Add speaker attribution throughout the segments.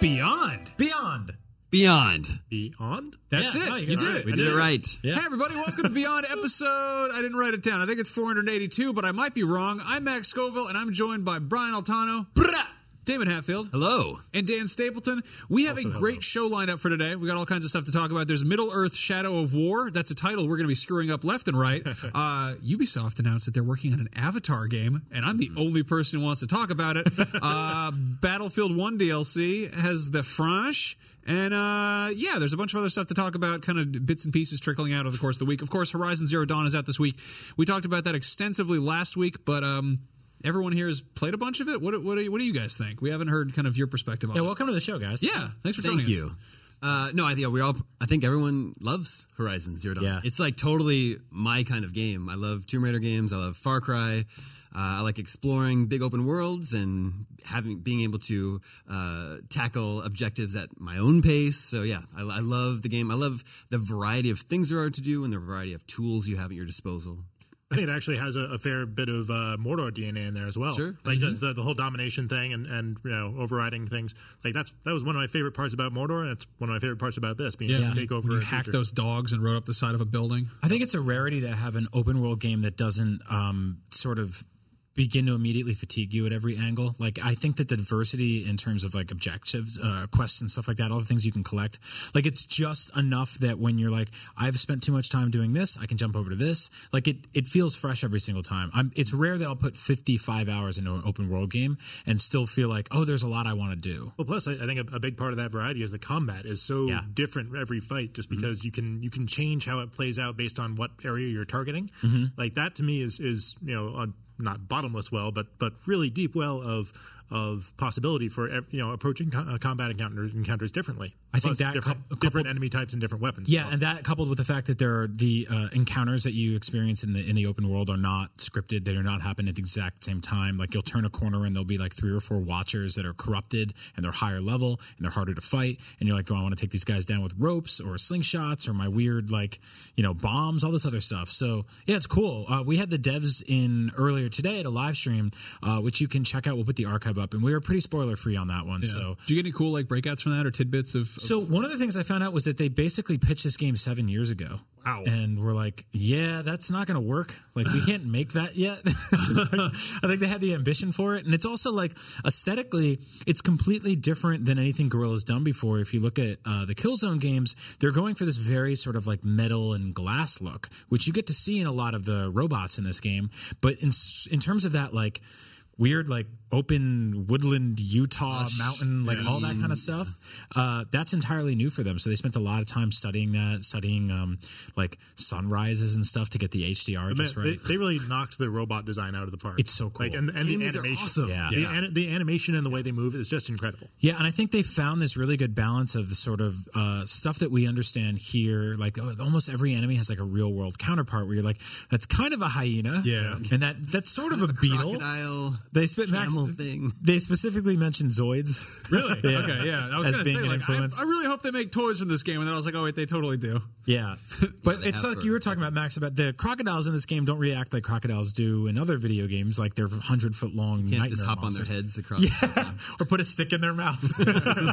Speaker 1: Beyond.
Speaker 2: Beyond. Beyond.
Speaker 1: Beyond?
Speaker 2: That's it. You did it. We did it right. Hey, everybody, welcome to Beyond episode. I didn't write it down. I think it's 482, but I might be wrong. I'm Max Scoville, and I'm joined by Brian Altano, David Hatfield,
Speaker 3: Hello.
Speaker 2: and Dan Stapleton. We have a great show lineup for today. We got all kinds of stuff to talk about. There's Middle Earth Shadow of War. That's a title we're going to be screwing up left and right. Uh, Ubisoft announced that they're working on an Avatar game, and I'm the only person who wants to talk about it. uh, Battlefield 1 DLC has the French. And uh, yeah, there's a bunch of other stuff to talk about, kind of bits and pieces trickling out over the course of the week. Of course, Horizon Zero Dawn is out this week. We talked about that extensively last week, but um, everyone here has played a bunch of it. What, what, do you, what do you guys think? We haven't heard kind of your perspective on
Speaker 1: Yeah,
Speaker 2: it.
Speaker 1: welcome to the show, guys.
Speaker 2: Yeah, thanks for joining
Speaker 3: Thank
Speaker 2: us.
Speaker 3: you. Uh, no, I think we all. I think everyone loves Horizon Zero Dawn.
Speaker 1: Yeah.
Speaker 3: it's like totally my kind of game. I love Tomb Raider games. I love Far Cry. Uh, I like exploring big open worlds and having being able to uh, tackle objectives at my own pace. So yeah, I, I love the game. I love the variety of things there are to do and the variety of tools you have at your disposal.
Speaker 1: I think it actually has a, a fair bit of uh, Mordor DNA in there as well.
Speaker 3: Sure.
Speaker 1: Like
Speaker 2: Mm-hmm.
Speaker 1: the, the, the whole domination thing and, and you know overriding things. Like that's that was one of my favorite parts about Mordor, and it's one of my favorite parts about this being able to take over.
Speaker 2: When you
Speaker 1: and
Speaker 2: hacked
Speaker 1: feature.
Speaker 2: those dogs and rode up the side of a building.
Speaker 4: I think it's a rarity to have an open world game that doesn't um, sort of begin to immediately fatigue you at every angle. Like I think that the diversity in terms of like objectives, uh, quests and stuff like that, all the things you can collect, like it's just enough that when you're like, I've spent too much time doing this, I can jump over to this. Like it, it feels fresh every single time. I'm, it's rare that I'll put 55 hours into an open world game and still feel like, oh, there's a lot I want to do.
Speaker 1: Well, plus I, I think a, a big part of that variety is the combat is so
Speaker 4: Yeah. Mm-hmm.
Speaker 1: different every fight, just because you can you can change how it plays out based on what area you're targeting.
Speaker 4: Mm-hmm.
Speaker 1: Like that to me is is you know a, not bottomless well, but but really deep well of of possibility for ev- you know approaching co- uh, combat encounters encounters differently.
Speaker 4: I
Speaker 1: Plus
Speaker 4: think that
Speaker 1: different,
Speaker 4: coup- coupled-
Speaker 1: different enemy types and different weapons.
Speaker 4: Yeah, and that coupled with the fact that there are the uh, encounters that you experience in the in the open world are not scripted; they do not happen at the exact same time. Like you'll turn a corner and there'll be like three or four watchers that are corrupted and they're higher level and they're harder to fight. And you're like, oh, I want to take these guys down with ropes or slingshots or my weird like you know bombs, all this other stuff. So yeah, it's cool. Uh, we had the devs in earlier today at a live stream, uh, which you can check out. We'll put the archive up, and we were pretty spoiler free on that one. So
Speaker 5: Do you get any cool like breakouts from that or tidbits of? of-
Speaker 4: so one of the things I found out was that they basically pitched this game seven years ago. Wow. And we're like, yeah, that's not going to work. Like, we can't make that yet. I think they had the ambition for it. And it's also like aesthetically, it's completely different than anything Gorilla's done before. If you look at uh, the Killzone games, they're going for this very sort of like metal and glass look, which you get to see in a lot of the robots in this game. But in, s- in terms of that, like, weird like open woodland utah mountain like all that kind of stuff uh, that's entirely new for them so they spent a lot of time studying that studying um, like sunrises and stuff to get the hdr
Speaker 1: Man,
Speaker 4: just right
Speaker 1: they, they really knocked the robot design out of the park.
Speaker 4: It's so cool.
Speaker 1: Like, and and the
Speaker 3: Humans are
Speaker 1: animation,
Speaker 3: awesome.
Speaker 4: Yeah.
Speaker 1: The,
Speaker 4: Yeah.
Speaker 1: an- the animation and the way they move is just incredible.
Speaker 4: Yeah, and I think they found this really good balance of the sort of uh, stuff that we understand here. Like oh, almost every enemy has like a real world counterpart where you're like, that's kind of a hyena,
Speaker 2: Yeah.
Speaker 4: and that that's sort of a beetle.
Speaker 3: crocodile.
Speaker 4: They spit max
Speaker 3: camel thing.
Speaker 4: They specifically mentioned zoids.
Speaker 2: Really? Okay. Yeah. I was
Speaker 4: as
Speaker 2: gonna
Speaker 4: being
Speaker 2: say,
Speaker 4: an
Speaker 2: like, I,
Speaker 4: influence.
Speaker 2: I really hope they make toys from this game, and then I was like, oh wait, they totally do.
Speaker 4: Yeah, but
Speaker 3: they
Speaker 4: it's
Speaker 3: have
Speaker 4: like you were
Speaker 3: for-
Speaker 4: talking about Max about the crocodiles in this game don't react like crocodiles do in other video games, like they're hundred foot long.
Speaker 3: Can't
Speaker 4: nightmare
Speaker 3: just hop
Speaker 4: monsters.
Speaker 3: on their heads across. Yeah.
Speaker 4: or put a stick in their mouth.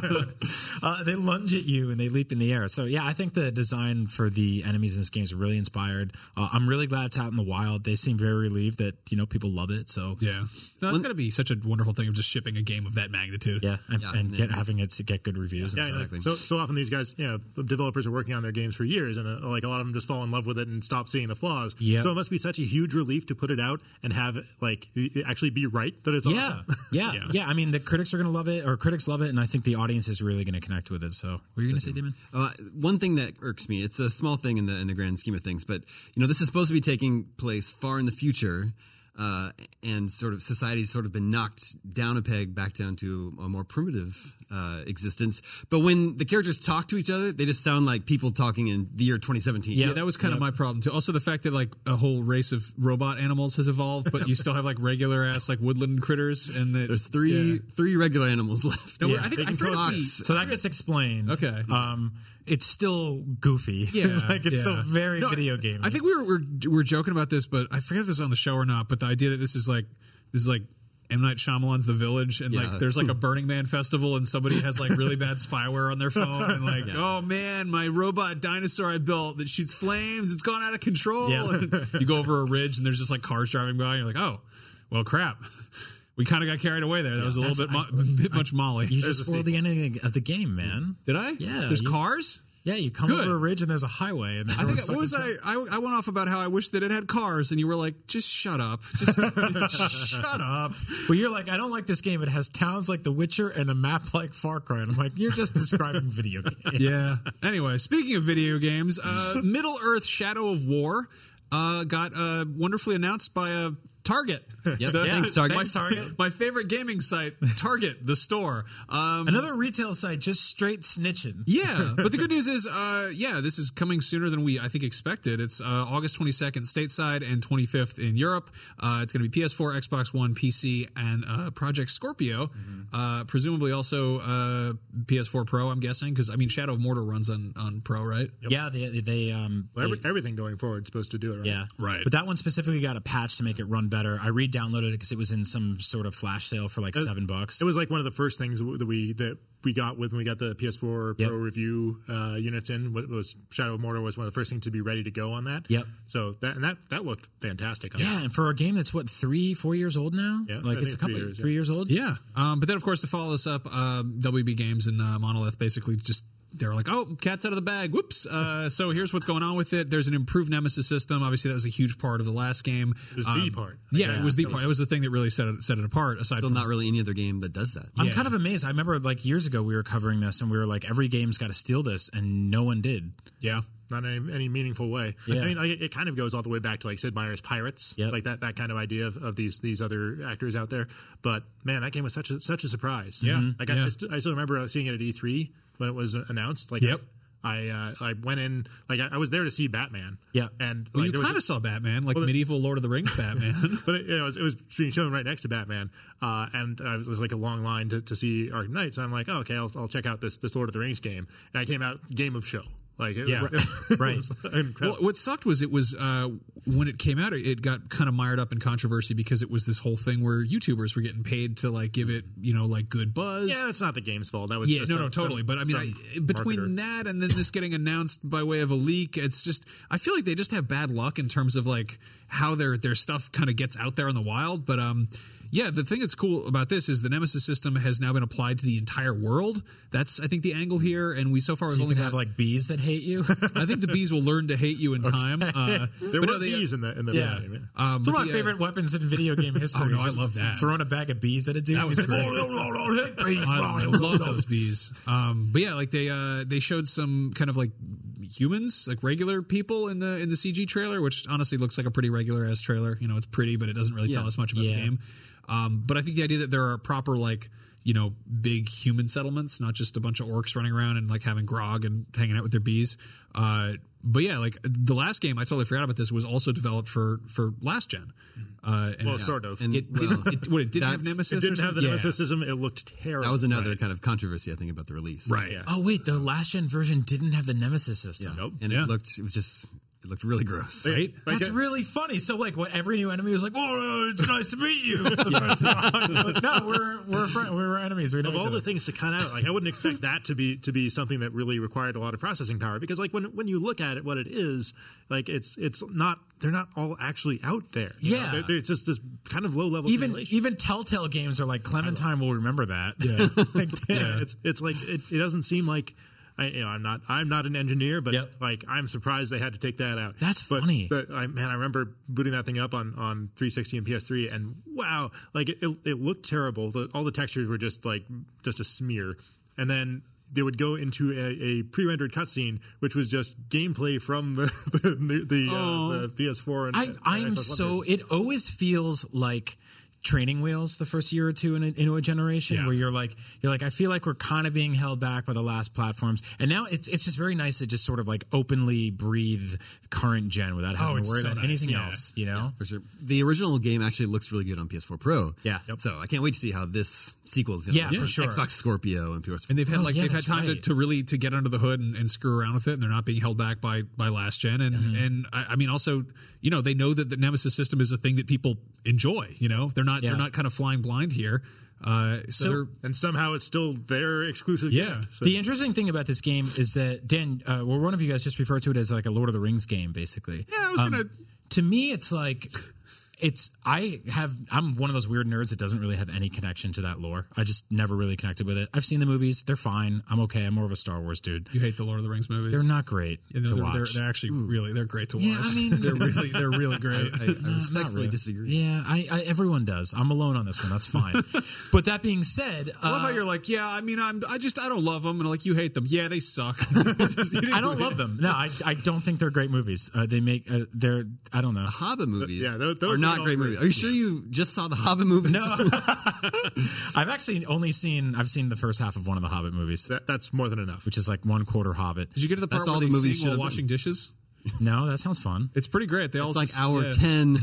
Speaker 4: uh, they lunge at you and they leap in the air. So yeah, I think the design for the enemies in this game is really inspired. Uh, I'm really glad it's out in the wild. They seem very relieved that you know people love it. So
Speaker 2: Yeah. No, that's got to be such a wonderful thing of just shipping a game of that magnitude.
Speaker 4: yeah, and,
Speaker 3: Yeah,
Speaker 4: and
Speaker 3: yeah.
Speaker 4: get having it to get good reviews. and
Speaker 1: Yeah,
Speaker 4: stuff.
Speaker 3: Exactly.
Speaker 1: so so often these guys, you know, the developers are working on their games for years, and uh, like a lot of them just fall in love with it and stop seeing the flaws.
Speaker 4: Yeah.
Speaker 1: So it must be such a huge relief to put it out and have like y- y- actually be right that it's
Speaker 4: Yeah,
Speaker 1: awesome.
Speaker 4: yeah, yeah, I mean, the critics are going to love it, or critics love it, and I think the audience is really going to connect with it. So, what are you going to say, Damon?
Speaker 3: Uh, one thing that irks me, it's a small thing in the in the grand scheme of things, but you know, this is supposed to be taking place far in the future. Uh, and sort of society's sort of been knocked down a peg back down to a more primitive uh, existence. But when the characters talk to each other, they just sound like people talking in the year 2017.
Speaker 2: Yeah, that was kind of my problem too. Also, the fact that like a whole race of robot animals has evolved, but you still have like regular ass like woodland critters, and that-
Speaker 3: There's three
Speaker 2: Yeah.
Speaker 3: three regular animals left.
Speaker 2: No, I think- I forgot
Speaker 3: Fox.
Speaker 2: the-
Speaker 4: So that gets explained.
Speaker 2: Okay.
Speaker 4: Um, it's still goofy.
Speaker 2: Yeah,
Speaker 4: like it's
Speaker 2: yeah.
Speaker 4: still very
Speaker 2: No,
Speaker 4: video
Speaker 2: I-
Speaker 4: game.
Speaker 2: I think we were, we were we were joking about this, but I forget if this is on the show or not. But the idea that this is like this is like M Night Shyamalan's The Village, and
Speaker 3: Yeah.
Speaker 2: like there's like a Burning Man festival, and somebody has like really bad spyware on their phone, and like oh man, my robot dinosaur I built that shoots flames, it's gone out of control.
Speaker 4: Yeah.
Speaker 2: And you go over a ridge, and there's just like cars driving by, and you're like oh well crap. We kind of got carried away there. That was a little bit, mo- bit much Molly.
Speaker 4: You
Speaker 2: There's
Speaker 4: just
Speaker 2: a
Speaker 4: spoiled the ending of the game, man.
Speaker 2: Did I?
Speaker 4: Yeah,
Speaker 2: There's
Speaker 4: you-
Speaker 2: cars.
Speaker 4: Yeah, you come
Speaker 2: Good.
Speaker 4: over a ridge and there's a highway. And
Speaker 2: I think what was I, I? I went off about how I wish that it had cars, and you were like, "Just shut up, just shut up."
Speaker 4: Well, you're like, I don't like this game. It has towns like The Witcher and a map like Far Cry. And I'm like, you're just describing video games.
Speaker 2: Yeah. anyway, speaking of video games, uh, Middle Earth: Shadow of War uh, got uh, wonderfully announced by uh, Target.
Speaker 3: Yep.
Speaker 2: The-
Speaker 3: Thanks, Target.
Speaker 2: My,
Speaker 3: Thanks,
Speaker 4: Target.
Speaker 2: My favorite gaming site, Target, the store. Um,
Speaker 4: Another retail site just straight snitching.
Speaker 2: Yeah, but the good news is, uh, yeah, this is coming sooner than we I think expected. It's uh, August 22nd stateside and 25th in Europe. Uh, it's going to be PS4, Xbox One, PC, and uh, Project Scorpio. Uh, presumably also uh, PS4 Pro. I'm guessing because I mean Shadow of Mordor runs on on Pro, right?
Speaker 4: Yeah, they, they um,
Speaker 1: Well, every- everything going forward is supposed to do it. Right?
Speaker 4: Yeah.
Speaker 2: Right.
Speaker 4: But that one specifically got a patch to make it run better. I re-downloaded it because it was in some sort of flash sale for like seven bucks.
Speaker 1: It was like one of the first things w- that we that we got with when we got the PS4
Speaker 4: Yep.
Speaker 1: Pro review uh, units in. What was Shadow of Mordor was one of the first things to be ready to go on that.
Speaker 4: Yep.
Speaker 1: So that and that that looked fantastic. on
Speaker 4: yeah,
Speaker 1: that.
Speaker 4: and for a game that's what three, four years old now,
Speaker 1: Yeah,
Speaker 4: like
Speaker 1: I think
Speaker 4: it's a
Speaker 1: three
Speaker 4: couple
Speaker 1: years,
Speaker 4: three
Speaker 1: yeah.
Speaker 4: years old.
Speaker 2: Yeah. Um, but then, of course, to follow this up, um, WB Games and uh, Monolith basically just. They were like, oh, cat's out of the bag. Whoops. Uh, so here's what's going on with it. There's an improved Nemesis system. Obviously, that was a huge part of the last game. It
Speaker 1: was the part.
Speaker 2: Yeah, it
Speaker 4: Yeah.
Speaker 2: was the part. It was the thing that really set it, set it apart, aside
Speaker 3: Still
Speaker 2: from
Speaker 3: not really any other game that does that.
Speaker 4: I'm
Speaker 2: Yeah.
Speaker 4: kind of amazed. I remember like years ago we were covering this and we were like, every game's got to steal this, and no one did.
Speaker 2: Yeah.
Speaker 1: Not in any, any meaningful way.
Speaker 4: Yeah.
Speaker 1: I mean, like, it- it kind of goes all the way back to like Sid Meier's Pirates,
Speaker 4: Yep.
Speaker 1: like that, that kind of idea of, of these these other actors out there. But man, that came with such a, such a surprise.
Speaker 2: Yeah.
Speaker 1: like I-
Speaker 2: Yeah.
Speaker 1: I, st- I still remember uh, seeing it at E3 when it was uh, announced. Like,
Speaker 2: Yep.
Speaker 1: I uh, I went in like I, I was there to see Batman.
Speaker 4: Yeah.
Speaker 1: and
Speaker 2: Well,
Speaker 1: like, there
Speaker 2: you
Speaker 1: was a-
Speaker 2: kind of saw Batman, like medieval Lord of the Rings Batman.
Speaker 1: but it, you know, it, was, it was being shown right next to Batman, uh, and I was, it was like a long line to, to see Arkham Knight. So I'm like, oh, okay, I'll, I'll check out this this Lord of the Rings game, and I came out game of show. Like, it
Speaker 4: Yeah.
Speaker 1: was, it
Speaker 4: Right.
Speaker 1: was incredible.
Speaker 2: Well, what sucked was it was uh, when it came out, it- it got kind of mired up in controversy because it was this whole thing where YouTubers were getting paid to like give it, you know, like good buzz.
Speaker 1: yeah, that's not the game's fault. That was
Speaker 2: Yeah,
Speaker 1: just
Speaker 2: no,
Speaker 1: some-
Speaker 2: no, totally.
Speaker 1: some-
Speaker 2: but I mean,
Speaker 1: some
Speaker 2: I, between
Speaker 1: marketer.
Speaker 2: that and then this getting announced by way of a leak, it's just I feel like they just have bad luck in terms of like how their their stuff kind of gets out there in the wild. But um, Yeah, the thing that's cool about this is the Nemesis system has now been applied to the entire world. That's I think the angle here, and we so far we've
Speaker 4: You
Speaker 2: only
Speaker 4: can
Speaker 2: got,
Speaker 4: have like bees that hate you.
Speaker 2: I think the bees will learn to hate you in time. Uh,
Speaker 1: There
Speaker 2: but
Speaker 1: were
Speaker 2: no, they-
Speaker 1: bees in the in the
Speaker 4: Yeah.
Speaker 1: video game.
Speaker 2: Um, but
Speaker 4: it's one of my
Speaker 2: the, uh, Oh,
Speaker 4: favorite weapons in video game history.
Speaker 2: no,
Speaker 4: is
Speaker 2: I
Speaker 4: just
Speaker 2: love that.
Speaker 4: Throwing a bag of bees at a dude.
Speaker 2: That was
Speaker 4: He's like,
Speaker 2: great.
Speaker 4: "Oh, no, no, no, hit bees,
Speaker 2: I
Speaker 4: no, no,
Speaker 2: love
Speaker 4: no."
Speaker 2: those bees. Um, but yeah, like they uh, they showed some kind of like humans, like regular people in the in the CG trailer, which honestly looks like a pretty regular ass trailer. You know, it's pretty, but it doesn't really tell
Speaker 3: Yeah.
Speaker 2: us much about the
Speaker 4: Yeah.
Speaker 2: game. Um, but I think the idea that there are proper like you know big human settlements, not just a bunch of orcs running around and like having grog and hanging out with their bees. Uh, but yeah, like the last game, I totally forgot about this was also developed for for last gen. Uh, and
Speaker 1: Well, sort of.
Speaker 3: And
Speaker 2: It didn't.
Speaker 3: Mm-hmm. well,
Speaker 2: It, what it didn't have
Speaker 3: that's-
Speaker 2: Nemesis.
Speaker 1: it
Speaker 2: or
Speaker 1: didn't have the
Speaker 2: something?
Speaker 1: Nemesisism.
Speaker 2: Yeah.
Speaker 1: It looked terrible.
Speaker 3: that was another kind of controversy, I think, about the release.
Speaker 2: Right.
Speaker 4: Oh wait, the last gen version didn't have the Nemesis
Speaker 3: Yeah.
Speaker 4: system.
Speaker 3: Oh, And
Speaker 2: Yeah.
Speaker 3: it looked, it was just, it looked really gross.
Speaker 2: Right.
Speaker 1: Like,
Speaker 4: That's
Speaker 1: uh,
Speaker 4: really funny. So like, what every new enemy was like, "Whoa, it's nice to meet you." Like, no, we're we're friend, we're enemies. We know
Speaker 1: of
Speaker 4: each
Speaker 1: all
Speaker 4: other.
Speaker 1: the things to cut out, like I wouldn't expect that to be to be something that really required a lot of processing power because like when when you look at it, what it is, like it's it's not they're not all actually out there. you know?
Speaker 4: Yeah.
Speaker 1: they're, they're just this kind of low level
Speaker 4: even even Telltale games are like Clementine will remember that. Like,
Speaker 1: yeah, it's it's like it, it doesn't seem like. I, you know, I'm not. I'm not an engineer, but
Speaker 4: Yep.
Speaker 1: like, I'm surprised they had to take that out.
Speaker 4: That's
Speaker 1: but,
Speaker 4: funny.
Speaker 1: But I, man, I remember booting that thing up on, on 360 and PS3, and wow, like it, it, it looked terrible. The, all the textures were just like just a smear, and then they would go into a, a pre-rendered cutscene, which was just gameplay from the the, the, uh, the PS4. And
Speaker 4: Oh. I
Speaker 1: and
Speaker 4: I am
Speaker 1: Xbox One
Speaker 4: so.
Speaker 1: version.
Speaker 4: It always feels like training wheels the first year or two in a, into a generation where you're like you're like I feel like we're kind of being held back by the last platforms and now it's it's just very nice to just sort of like openly breathe current gen without having
Speaker 2: it's
Speaker 4: to worry
Speaker 2: so
Speaker 4: about
Speaker 2: nice.
Speaker 4: anything
Speaker 2: Yeah.
Speaker 4: else you know
Speaker 3: Oh, For sure. The original game actually looks really good on PS4 Pro.
Speaker 4: Yeah. Yep.
Speaker 3: So I can't wait to see how this sequel is going to
Speaker 4: Yeah, for sure.
Speaker 3: Xbox Scorpio and PS4.
Speaker 2: and they've had
Speaker 4: Oh,
Speaker 2: like
Speaker 4: yeah,
Speaker 2: they've had
Speaker 4: that's
Speaker 2: time to,
Speaker 4: right.
Speaker 2: to really to get under the hood and, and screw around with it and they're not being held back by by last gen and
Speaker 4: Mm-hmm.
Speaker 2: and I, I mean also you know they know that the nemesis system is a thing that people enjoy you know they're not
Speaker 4: Yeah.
Speaker 2: they're not kind of flying blind here uh so, they're,
Speaker 1: and somehow it's still their exclusive.
Speaker 2: Yeah.
Speaker 1: gimmick, so-
Speaker 4: The interesting thing about this game is that Dan, uh, well, one of you guys just referred to it as like a Lord of the Rings game, basically.
Speaker 2: Yeah, I was gonna-
Speaker 4: To me, it's like. It's I have I'm one of those weird nerds that doesn't really have any connection to that lore. I just never really connected with it. I've seen the movies; they're fine. I'm okay. I'm more of a Star Wars dude.
Speaker 2: you hate the lord of the rings movies
Speaker 4: They're not great
Speaker 2: You know,
Speaker 4: to
Speaker 2: they're,
Speaker 4: watch.
Speaker 2: they're- they're actually really they're great to watch
Speaker 4: Yeah, I mean-
Speaker 2: they're really they're really great
Speaker 3: I, I respectfully
Speaker 4: Mm-hmm. really.
Speaker 3: disagree.
Speaker 4: yeah, I, I everyone does. I'm alone on this one. That's fine. but that being said,
Speaker 2: I love how
Speaker 4: uh,
Speaker 2: you're like, yeah. I mean, I'm. I just. I don't love them, and like you hate them. Yeah, they suck.
Speaker 4: uh, I don't love them. No, I, I don't think they're great movies. Uh, they make uh, they're I don't know.
Speaker 3: Hobbit movies
Speaker 1: yeah, tho- those
Speaker 3: are
Speaker 1: we
Speaker 3: not
Speaker 1: all
Speaker 3: great
Speaker 1: agree.
Speaker 3: movies. Are you sure you just saw the Hobbit movies? No.
Speaker 4: I've actually only seen I've seen the first half of one of the Hobbit movies,
Speaker 1: that, that's more than enough.
Speaker 4: which is like one quarter Hobbit.
Speaker 2: Did you get to the part
Speaker 3: That's
Speaker 2: where
Speaker 3: all
Speaker 2: they
Speaker 3: the movies
Speaker 2: sing
Speaker 3: should
Speaker 2: while
Speaker 3: have been.
Speaker 2: washing dishes?
Speaker 4: No, that sounds fun.
Speaker 2: It's pretty great. They all
Speaker 3: It's like
Speaker 2: just-
Speaker 3: hour
Speaker 2: yeah.
Speaker 3: 10.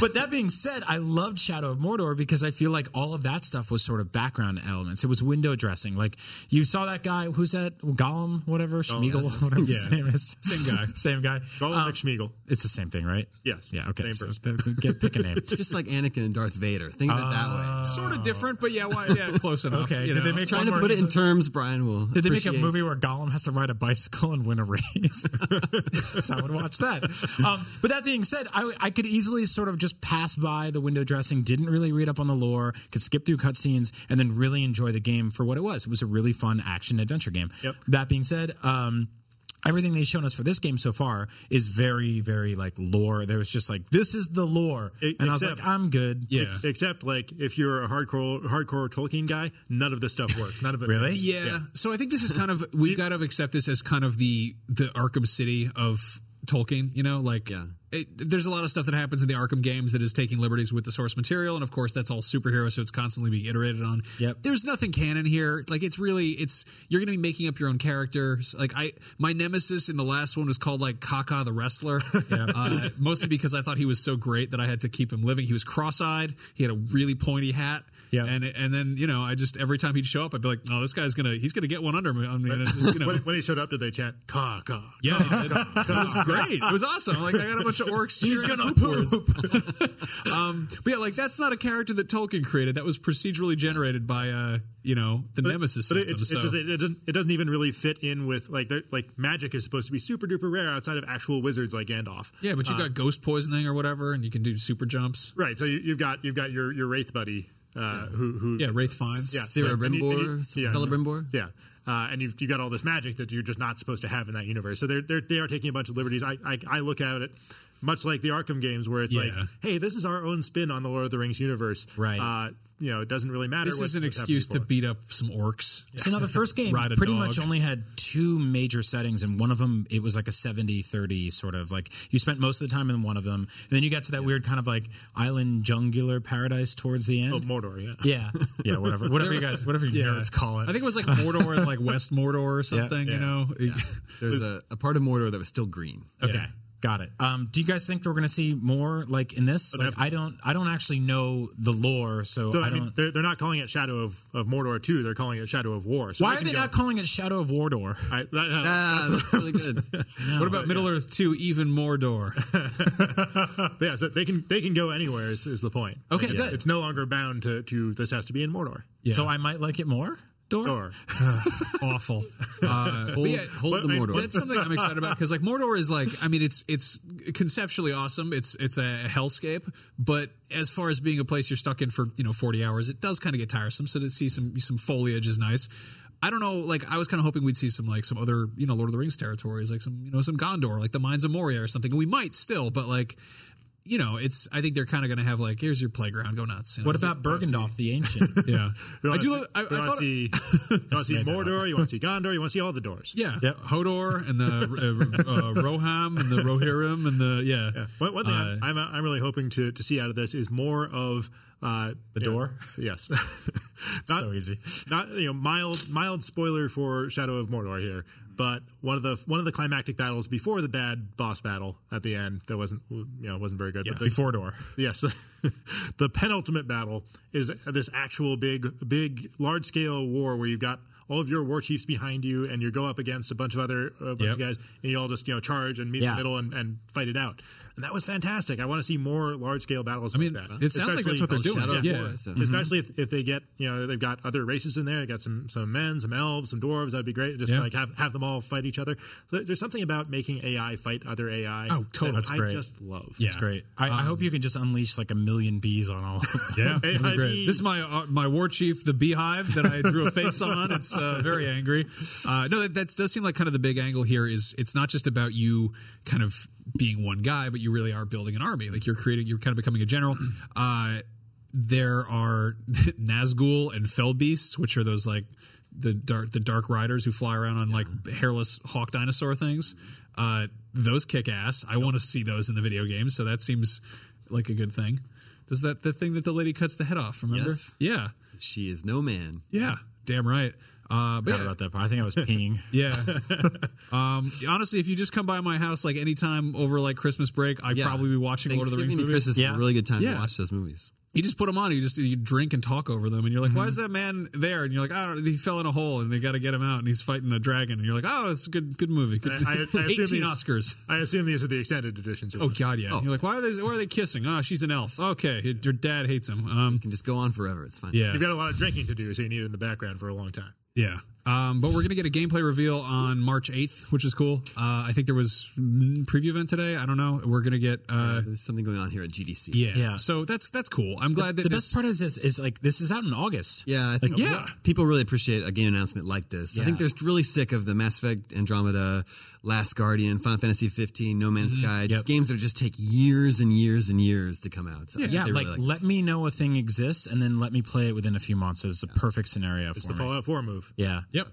Speaker 4: But that being said, I loved Shadow of Mordor because I feel like all of that stuff was sort of background elements. It was window dressing. Like you saw that guy, who's that? Gollum, whatever, Schmeagol, whatever his name is. Oh, Same guy. Same guy.
Speaker 1: Golem
Speaker 4: Um,
Speaker 1: McSmeagol.
Speaker 4: it's the same thing, right?
Speaker 1: Yes.
Speaker 4: Yeah. Okay.
Speaker 1: Same
Speaker 4: so
Speaker 1: person.
Speaker 4: th- get pick a name.
Speaker 3: Just like Anakin and Darth Vader. Think of it that way.
Speaker 2: sort of different, but yeah, why, yeah, close enough.
Speaker 4: Okay,
Speaker 2: you
Speaker 4: did they
Speaker 2: know.
Speaker 4: make
Speaker 3: Trying to
Speaker 4: one more-
Speaker 3: put it in terms Brian will.
Speaker 4: Did they make a
Speaker 3: appreciate.
Speaker 4: movie where Gollum has to ride a bicycle and win a race? so I would watch that. Um, but that being said, I, I could easily sort of just pass by the window dressing, didn't really read up on the lore, could skip through cutscenes, and then really enjoy the game for what it was. It was a really fun action adventure game.
Speaker 1: Yep.
Speaker 4: That being said, um, everything they've shown us for this game so far is very, very like lore. There was just like, this is the lore.
Speaker 1: E-
Speaker 4: and I was like,
Speaker 1: except-
Speaker 4: I'm good. Yeah.
Speaker 1: Except like if you're a hardcore hardcore Tolkien guy, none of this stuff works. None of it
Speaker 4: Really?
Speaker 2: yeah. So I think this is kind of we've got to accept this as kind of the the Arkham City of Tolkien. You know, like
Speaker 3: Yeah.
Speaker 2: It, there's a lot of stuff that happens in the Arkham games that is taking liberties with the source material, and of course that's all superhero, so it's constantly being iterated on.
Speaker 4: Yep.
Speaker 2: There's nothing canon here. Like it's really it's you're going to be making up your own characters. Like I my nemesis in the last one was called like Kaka the wrestler, uh, mostly because I thought he was so great that I had to keep him living. He was cross-eyed. He had a really pointy hat.
Speaker 1: Yeah.
Speaker 2: and and then you know, I just every time he'd show up, I'd be like, oh, this guy's gonna he's gonna get one under me. I mean, it's just, you know,
Speaker 1: when, when he showed up, did they chant "Ka ka"?
Speaker 2: yeah, it, it was great. It was awesome. Like I got a bunch of orcs. He's gonna um, but yeah, like that's not a character that Tolkien created. That was procedurally generated by uh, you know, the Nemesis
Speaker 1: But it,
Speaker 2: system.
Speaker 1: it's-
Speaker 2: so.
Speaker 1: it's just- it doesn't, it doesn't even really fit in with like they're- like magic is supposed to be super duper rare outside of actual wizards like Gandalf.
Speaker 2: yeah, but you've got ghost poisoning or whatever, and you can do super jumps.
Speaker 1: Right. So you, you've got you've got your your wraith buddy uh, who who
Speaker 2: Yeah, Wraith Fines.
Speaker 1: yeah, and you- and
Speaker 3: Cerebrimbor,
Speaker 1: you- yeah.
Speaker 3: Celebrimbor.
Speaker 1: Yeah. Uh, and you've, you've got all this magic that you're just not supposed to have in that universe. So they're, they're, they are taking a bunch of liberties. I, I, I look at it much like the Arkham games, where it's like,
Speaker 2: Yeah.
Speaker 1: hey, this is our own spin on the Lord of the Rings universe.
Speaker 4: Right.
Speaker 1: Uh, you know, it doesn't really matter.
Speaker 2: This
Speaker 1: what-
Speaker 2: is an
Speaker 1: what's happened
Speaker 2: excuse to
Speaker 1: before.
Speaker 2: beat up some orcs.
Speaker 4: So now the first game
Speaker 2: Ride a
Speaker 4: pretty
Speaker 2: dog.
Speaker 4: much only had two major settings, and one of them it was like a 70 30 sort of like you spent most of the time in one of them, and then you got to that weird kind of like island jungular paradise towards the end.
Speaker 1: Oh, Mordor, yeah.
Speaker 4: yeah, yeah, whatever, whatever you guys, whatever you nerds call it.
Speaker 2: I think it was like Mordor and like West Mordor or something.
Speaker 1: yeah.
Speaker 2: You know,
Speaker 3: There's a, a part of Mordor that was still green.
Speaker 4: Okay. Got it. Um, do you guys think that we're going to see more like in this? Like, I don't, I don't actually know the lore, so,
Speaker 1: So,
Speaker 4: I
Speaker 1: I
Speaker 4: don't.
Speaker 1: mean, they're, they're not calling it Shadow of, of Mordor 2. They're calling it Shadow of War. So
Speaker 4: Why are
Speaker 1: can
Speaker 4: they
Speaker 1: go-
Speaker 4: not calling it Shadow of Mordor?
Speaker 1: I, that, uh,
Speaker 3: Ah, that's really good.
Speaker 2: what about Middle Earth Two? Even Mordor.
Speaker 1: but yeah, so they can they can go anywhere. Is, is the point?
Speaker 4: Okay,
Speaker 1: Like,
Speaker 4: good.
Speaker 1: it's no longer bound to, to this has to be in Mordor.
Speaker 4: So I might like it more. Door.
Speaker 1: Or
Speaker 2: awful. Uh, hold,
Speaker 3: hold the Mordor.
Speaker 2: That's something I'm excited about because like Mordor is like I mean it's it's conceptually awesome. It's it's a hellscape, but as far as being a place you're stuck in for you know 40 hours, it does kind of get tiresome. So to see some some foliage is nice. I don't know. Like I was kind of hoping we'd see some like some other you know Lord of the Rings territories, like some you know some Gondor, like the Mines of Moria or something. And we might still, but like. You know, it's. I think they're kind of going to have like, here's your playground, go nuts. you know?
Speaker 4: What about Bergendorf the Ancient?
Speaker 2: Yeah, I do. love- I, I
Speaker 1: you want to
Speaker 2: thought
Speaker 1: see, you wanna see
Speaker 4: made that
Speaker 1: Mordor, you want to see Gondor, you want to see all the doors.
Speaker 2: Yeah, Hodor and the uh, uh, Roham and the Rohirrim and the yeah.
Speaker 1: One, one thing I'm, I'm, I'm really hoping to, to see out of this is more of uh, the
Speaker 4: door?
Speaker 1: Yes, not,
Speaker 4: so easy.
Speaker 1: Not you know mild mild spoiler for Shadow of Mordor here, but one of the one of the climactic battles before the bad boss battle at the end that wasn't you know wasn't very good. but the,
Speaker 4: Before door.
Speaker 1: Yes, the penultimate battle is this actual big, big, large scale war where you've got all of your war chiefs behind you, and you go up against a bunch of other a bunch
Speaker 4: Yep.
Speaker 1: of guys, and you all just you know charge and meet
Speaker 4: Yeah.
Speaker 1: in the middle and, and fight it out. And that was fantastic. I want to see more large scale battles. I
Speaker 2: mean,
Speaker 1: like that.
Speaker 2: it sounds like that's what they're doing.
Speaker 3: Shadow of
Speaker 2: Yeah.
Speaker 3: War. So.
Speaker 2: Mm-hmm.
Speaker 1: Especially if, if they get you know they've got other races in there, they got some some men, some elves, some dwarves. That'd be great. Just
Speaker 2: Yeah.
Speaker 1: like have, have them all fight each other. So there's something about making AI fight other AI.
Speaker 2: Oh, totally.
Speaker 1: that
Speaker 2: That's
Speaker 1: I
Speaker 4: great.
Speaker 1: just love.
Speaker 4: It's great. I, I hope you can just unleash like a million bees on all.
Speaker 2: Yeah,
Speaker 1: Hey,
Speaker 2: that'd be
Speaker 1: I
Speaker 2: great.
Speaker 1: mean-
Speaker 2: This is my uh, my war chief, the Beehive, that I drew a face on. It's uh, very angry. Uh, no, that, that does seem like kind of the big angle here is it's not just about you kind of being one guy, but you really are building an army. Like you're creating, you're kind of becoming a general. Uh, there are Nazgul and Fell Beasts, which are those like the dark the dark riders who fly around on like hairless hawk dinosaur things. Uh, those kick ass. I want to see those in the video games. So that seems like a good thing. Does that the thing that the lady cuts the head off? Remember?
Speaker 3: Yes.
Speaker 2: Yeah,
Speaker 3: She is no man.
Speaker 2: yeah. Damn right. Uh, but
Speaker 4: Forgot
Speaker 2: yeah,
Speaker 4: about that part. I think I was peeing.
Speaker 2: yeah. um, honestly, if you just come by my house like anytime over like Christmas break, I'd
Speaker 3: Yeah.
Speaker 2: probably be watching Lord of the Rings
Speaker 3: Thanksgiving and
Speaker 2: movies.
Speaker 3: Christmas is
Speaker 4: Yeah.
Speaker 3: a really good time
Speaker 2: Yeah.
Speaker 3: to watch those movies.
Speaker 2: you just put them on. You just you drink and talk over them, and you're like, "Why is that man there?" And you're like, "I don't. know. He fell in a hole, and they got to get him out, and he's fighting a dragon." And you're like, "Oh, it's a good, good movie. Good-
Speaker 1: I- I- I assume
Speaker 2: Eighteen
Speaker 1: these-
Speaker 2: Oscars."
Speaker 1: I assume these are the extended editions.
Speaker 2: Oh God, yeah. You're like, "Why are they? Why are they kissing?" Oh, she's an elf. Okay, your your dad hates him. Um,
Speaker 3: You can just go on forever. It's fine.
Speaker 2: yeah,
Speaker 1: You've got a lot of drinking to do, so you need it in the background for a long time.
Speaker 2: yeah. Um, but we're gonna get a gameplay reveal on March 8th, which is cool. Uh, I think there was mm, preview event today. I don't know. We're gonna get. Uh,
Speaker 3: There's something going on here at GDC.
Speaker 2: yeah.
Speaker 4: Yeah.
Speaker 2: So that's that's cool. I'm glad that
Speaker 4: the
Speaker 2: this,
Speaker 4: best part is this is like this is out in August.
Speaker 3: Yeah, I think
Speaker 2: yeah.
Speaker 3: people really appreciate a game announcement like this. I think they're really sick of the Mass Effect, Andromeda, Last Guardian, Final Fantasy 15, No Man's
Speaker 1: Mm-hmm.
Speaker 3: Sky, just games that just take years and years and years to come out. So I think
Speaker 4: Yeah,
Speaker 3: they really
Speaker 4: like, let
Speaker 3: this.
Speaker 4: me know a thing exists and then let me play it within a few months is the perfect scenario
Speaker 1: It's
Speaker 4: for
Speaker 1: the
Speaker 4: me.
Speaker 1: Fallout 4 move.
Speaker 4: Yeah.
Speaker 2: Yep.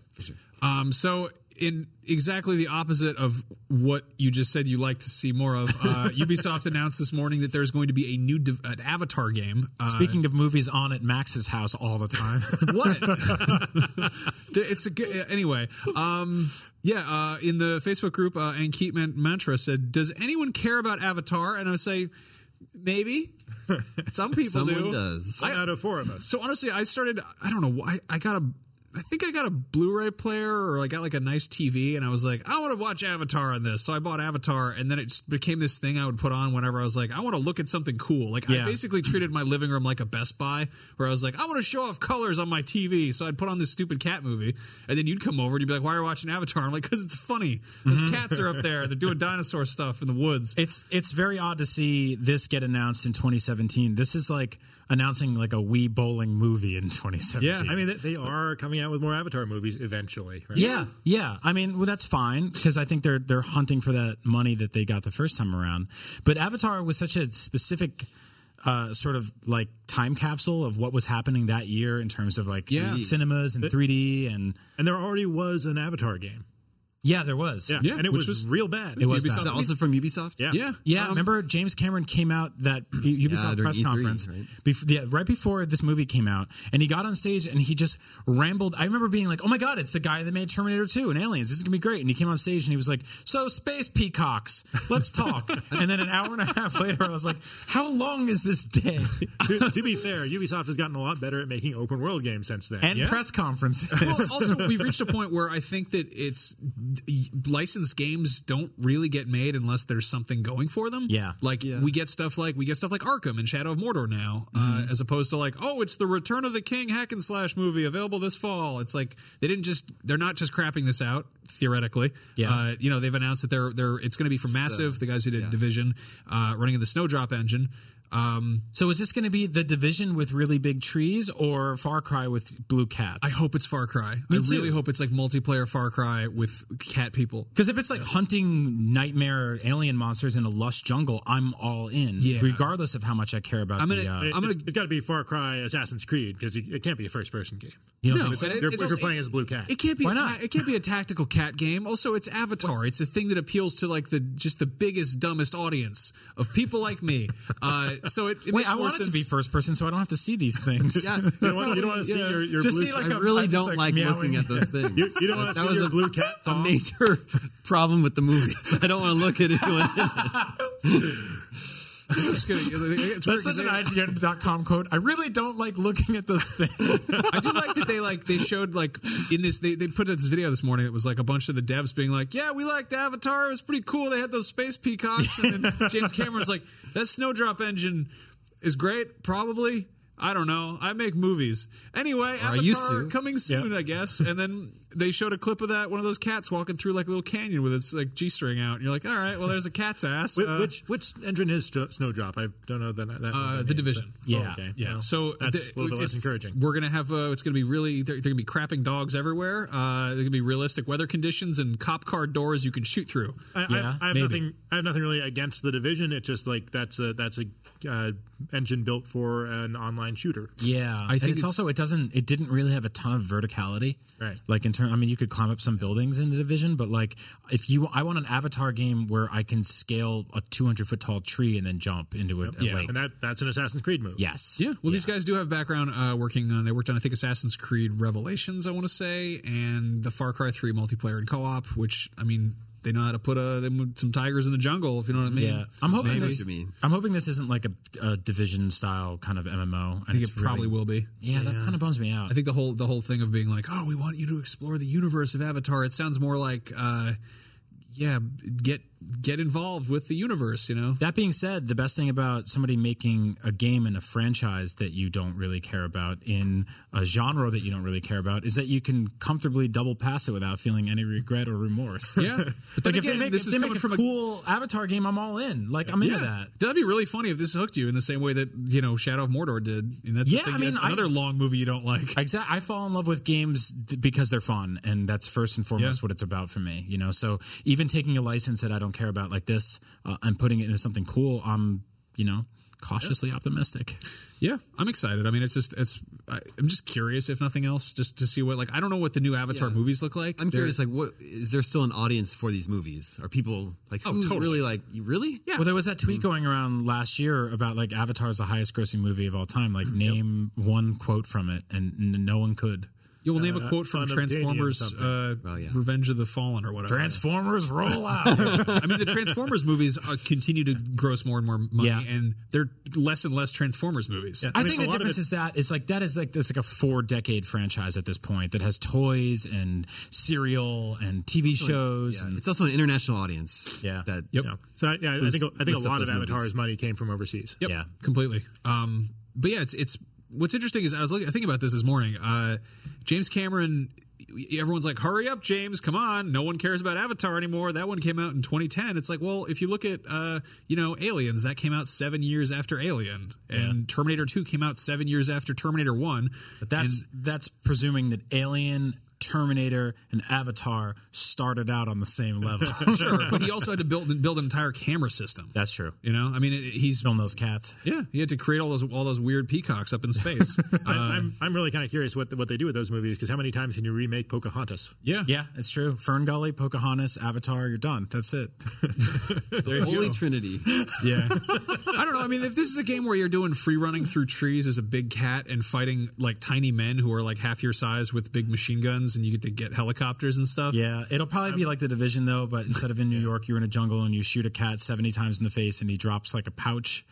Speaker 2: Um, so in exactly the opposite of what you just said you like to see more of, uh, Ubisoft announced this morning that there's going to be a new div- an Avatar game. Uh,
Speaker 4: Speaking of movies on at Max's house all the time.
Speaker 2: what? it's a good anyway. Um, yeah, uh, in the Facebook group, uh, Ankit Man- Mantra said, "Does anyone care about Avatar?" And I say, maybe. Some people
Speaker 3: Someone
Speaker 2: do.
Speaker 3: does.
Speaker 1: One out of four of us.
Speaker 2: So honestly, I started. I don't know. why I got a. I think I got a Blu-ray player, or I got like a nice TV, and I was like, I want to watch Avatar on this. So I bought Avatar, and then it just became this thing I would put on whenever I was like, I want to look at something cool. Like I
Speaker 4: Yeah.
Speaker 2: basically treated my living room like a Best Buy, where I was like, I want to show off colors on my TV. So I'd put on this stupid cat movie, and then you'd come over and you'd be like, Why are you watching Avatar? I'm like, Because it's funny. Those cats are up there. They're doing dinosaur stuff in the woods.
Speaker 4: Mm-hmm. It's it's very odd to see this get announced in 2017. This is like announcing like a Wii bowling movie in 2017.
Speaker 2: Yeah,
Speaker 1: I mean, they, they are coming out with more Avatar movies eventually. Right?
Speaker 4: Yeah, yeah. I mean, well, that's fine because I think they're they're hunting for that money that they got the first time around. But Avatar was such a specific uh, sort of like time capsule of what was happening that year in terms of like
Speaker 2: Yeah.
Speaker 4: cinemas and 3D and
Speaker 1: And there already was an Avatar game.
Speaker 4: yeah, there was
Speaker 1: Yeah. and it was,
Speaker 2: which was-
Speaker 1: real bad.
Speaker 4: It was
Speaker 2: Ubisoft-
Speaker 4: bad.
Speaker 3: Is that also from Ubisoft?
Speaker 1: Yeah.
Speaker 2: yeah,
Speaker 4: Yeah,
Speaker 2: Um,
Speaker 4: remember James Cameron came out that U-
Speaker 3: during
Speaker 4: Ubisoft press
Speaker 3: E3,
Speaker 4: conference
Speaker 3: right?
Speaker 4: bef- yeah, E right before this movie came out, and he got on stage and he just rambled. I remember being like, "Oh my god, it's the guy that made Terminator 2 and Aliens. This is gonna be great." And he came on stage and he was like, "So space peacocks, let's talk." and then an hour and a half later, I was like, "How long is this day?"
Speaker 1: to, to be fair, Ubisoft has gotten a lot better at making open world games since then.
Speaker 4: And press conferences.
Speaker 2: well, also, we've reached a point where I think that it's licensed games don't really get made unless there's something going for them.
Speaker 4: Yeah.
Speaker 2: like we get stuff like we get stuff like Arkham and Shadow of Mordor now,
Speaker 4: Mm-hmm.
Speaker 2: uh, as opposed to like, oh, it's the Return of the King hack and slash movie available this fall. It's like they didn't just they're not just crapping this out theoretically.
Speaker 4: Yeah.
Speaker 2: uh, you know they've announced that they're they're it's going to be from Massive, the guys who did Division, uh, running in the Snowdrop engine. Um,
Speaker 4: so is this going to be the division with really big trees or Far Cry with blue cats?
Speaker 2: I hope it's Far Cry. I
Speaker 4: too.
Speaker 2: really hope it's like multiplayer Far Cry with cat people.
Speaker 4: Because if it's like hunting nightmare alien monsters in a lush jungle, I'm all in,
Speaker 2: Yeah.
Speaker 4: regardless of how much I care about.
Speaker 2: I'm
Speaker 4: the,
Speaker 2: gonna-
Speaker 4: uh,
Speaker 1: It,
Speaker 2: I'm gonna-
Speaker 1: it's got to be Far Cry, Assassin's Creed, because it can't be a first person game.
Speaker 4: you know,
Speaker 2: No,
Speaker 1: If
Speaker 2: and it-
Speaker 1: you're,
Speaker 2: it's
Speaker 1: if you're
Speaker 2: also-
Speaker 1: playing as Blue Cat.
Speaker 2: It can't be.
Speaker 4: Why
Speaker 2: a ta-
Speaker 4: not?
Speaker 2: it can't be a tactical cat game. Also, it's Avatar. It's a thing that appeals to like the just the biggest, dumbest audience of people like me. Uh, so it, it
Speaker 4: Wait,
Speaker 2: makes
Speaker 4: I
Speaker 2: more
Speaker 4: want it to
Speaker 2: sense.
Speaker 4: be first person, so I don't have to see these things.
Speaker 3: Yeah.
Speaker 1: you don't want, you don't want to see your, your
Speaker 4: Just
Speaker 1: blue
Speaker 4: see, like,
Speaker 3: I
Speaker 4: a-
Speaker 3: really
Speaker 4: I just
Speaker 3: don't
Speaker 4: like
Speaker 3: like, looking
Speaker 4: meowing.
Speaker 3: at those things.
Speaker 1: You- you don't wanna
Speaker 3: that, that
Speaker 1: see
Speaker 3: was
Speaker 1: your
Speaker 3: a
Speaker 1: blue cat
Speaker 3: A
Speaker 1: thong.
Speaker 3: major problem with the movie. I don't want to look at anyone. In it.
Speaker 2: It's just gonna- it's weird
Speaker 4: That's
Speaker 2: 'cause
Speaker 4: such an
Speaker 2: they-
Speaker 4: IGN.com quote. I really don't like looking at those things.
Speaker 2: I do like that they like they showed like in this they, they put out this video this morning. It was like a bunch of the devs being like, "Yeah, we liked Avatar. It was pretty cool. They had those space peacocks." And then James Cameron's like, "That Snowdrop engine is great, probably." I don't know. I make movies. Anyway, Avatar
Speaker 3: used to.
Speaker 2: coming soon, I guess. And then they showed a clip of that one of those cats walking through like a little canyon with its like G string out. And you're like, all right, well, there's a cat's ass.
Speaker 1: Whi-
Speaker 2: Uh,
Speaker 1: which which engine is Sto- Snowdrop? I don't know that. that
Speaker 2: Uh,
Speaker 1: that
Speaker 2: the
Speaker 1: name,
Speaker 2: division.
Speaker 1: but-
Speaker 4: Yeah,
Speaker 1: okay.
Speaker 2: Yeah.
Speaker 1: Well,
Speaker 2: so
Speaker 1: that's
Speaker 2: th-
Speaker 1: a little bit less
Speaker 2: if-
Speaker 1: encouraging.
Speaker 2: We're gonna have uh, it's gonna be really they're, they're gonna be crapping dogs everywhere. Uh, they're gonna be realistic weather conditions and cop car doors you can shoot through.
Speaker 1: I,
Speaker 4: Yeah,
Speaker 1: I, I have
Speaker 4: maybe.
Speaker 1: nothing. I have nothing really against the division. It's just like that's a that's a uh, engine built for an online shooter.
Speaker 4: yeah, I
Speaker 2: think
Speaker 4: think it's,
Speaker 2: it's-
Speaker 4: also it doesn't it didn't really have a ton of verticality,
Speaker 1: Right.
Speaker 4: Like in turn, I mean, you could climb up some buildings in the division, but like if you, I want an avatar game where I can scale a 200 foot tall tree and then jump into a, a
Speaker 2: Yeah.
Speaker 4: lake.
Speaker 1: and that that's an Assassin's Creed movie.
Speaker 4: yes,
Speaker 2: Yeah, well, these guys do have background uh, working on. They worked on, I think, Assassin's Creed Revelations, I want to say, and the Far Cry Three multiplayer and co-op. Which, I mean, they know how to put uh, them some tigers in the jungle, if you know what I mean.
Speaker 4: Yeah, I'm hoping
Speaker 3: Maybe.
Speaker 4: this.
Speaker 3: What do you mean?
Speaker 4: I'm hoping this isn't like a, a division style kind of MMO.
Speaker 2: I think it probably will be.
Speaker 4: Yeah, that kind of bums me out.
Speaker 2: I think the whole the whole thing of being like, oh, we want you to explore the universe of Avatar. It sounds more like, uh, yeah, get get involved with the universe. You know,
Speaker 4: that being said, the best thing about somebody making a game in a franchise that you don't really care about in a genre that you don't really care about is that you can comfortably double pass it without feeling any regret or remorse.
Speaker 2: Yeah. But then
Speaker 4: but like if
Speaker 2: again,
Speaker 4: they make,
Speaker 2: this
Speaker 4: if
Speaker 2: is
Speaker 4: they
Speaker 2: coming
Speaker 4: make a
Speaker 2: from a-
Speaker 4: cool Avatar game, I'm all in. Like I'm into that.
Speaker 2: That'd be really funny if this hooked you in the same way that you know Shadow of Mordor did. And that's the
Speaker 4: Yeah,
Speaker 2: thing-
Speaker 4: I mean,
Speaker 2: that's
Speaker 4: I-
Speaker 2: another long movie you don't like.
Speaker 4: Exactly. I fall in love with games d- because they're fun, and that's first and foremost
Speaker 2: Yeah.
Speaker 4: what it's about for me. You know, so even taking a license that I don't care about like this uh, and putting it into something cool, I'm you know cautiously optimistic.
Speaker 2: Yeah, I'm excited. I mean, it's just it's I, I'm just curious if nothing else, just to see what like I don't know what the new Avatar movies look like.
Speaker 3: I'm
Speaker 2: They're-
Speaker 3: curious, like, what is there still an audience for these movies? Are people like, who's
Speaker 2: Oh, totally.
Speaker 3: really like, you really?
Speaker 4: Well, there was that tweet going around last year about like Avatar's the highest grossing movie of all time. Like, name one quote from it, and n- no one could.
Speaker 2: You will name a quote from
Speaker 1: Unobtainium
Speaker 2: Transformers
Speaker 1: something.
Speaker 2: uh,
Speaker 3: Well, yeah.
Speaker 2: Revenge of the Fallen or whatever.
Speaker 4: Transformers roll out.
Speaker 2: I mean, the Transformers movies uh, continue to gross more and more money,
Speaker 4: Yeah.
Speaker 2: and they're less and less Transformers movies.
Speaker 1: Yeah.
Speaker 4: I,
Speaker 1: I mean,
Speaker 4: think
Speaker 1: a
Speaker 4: the
Speaker 1: lot of
Speaker 4: difference
Speaker 1: it-
Speaker 4: is that it's like that is like that's like a four decade franchise at this point that has toys and cereal and TV shows
Speaker 3: Yeah,
Speaker 4: and
Speaker 3: it's also an international audience.
Speaker 4: Yeah.
Speaker 3: That
Speaker 2: Yep.
Speaker 1: Yeah. So I, yeah, I
Speaker 3: Lifts-
Speaker 1: think I think
Speaker 3: lifts
Speaker 1: a
Speaker 3: up
Speaker 1: lot
Speaker 3: those
Speaker 1: of Avatar's
Speaker 3: movies.
Speaker 1: money came from overseas.
Speaker 2: Yep,
Speaker 4: Yeah.
Speaker 2: completely. Um, but yeah, it's it's what's interesting is I was looking, thinking about this this morning. Uh, James Cameron, everyone's like, "Hurry up, James! Come on! No one cares about Avatar anymore." That one came out in 2010. It's like, well, if you look at uh, you know Aliens, that came out seven years after Alien, and Terminator 2 came out seven years after Terminator 1.
Speaker 4: But that's that's presuming that Alien, Terminator, and Avatar started out on the same level.
Speaker 2: sure, but he also had to build build an entire camera system.
Speaker 4: that's true.
Speaker 2: you know, I mean, it, he's
Speaker 4: Film those cats.
Speaker 2: yeah, he had to create all those all those weird peacocks up in space.
Speaker 1: I, I'm I'm really kind of curious what the, what they do with those movies because how many times can you remake Pocahontas?
Speaker 2: yeah,
Speaker 4: Yeah, it's true. Fern Gully, Pocahontas, Avatar. You're done. That's it.
Speaker 3: the Holy Trinity.
Speaker 4: Yeah.
Speaker 2: I don't know. I mean, if this is a game where you're doing free running through trees as a big cat and fighting like tiny men who are like half your size with big machine guns, and you get to get helicopters and stuff.
Speaker 4: yeah. It'll probably be like the division though, but instead of in New York, you're in a jungle and you shoot a cat 70 times in the face and he drops like a pouch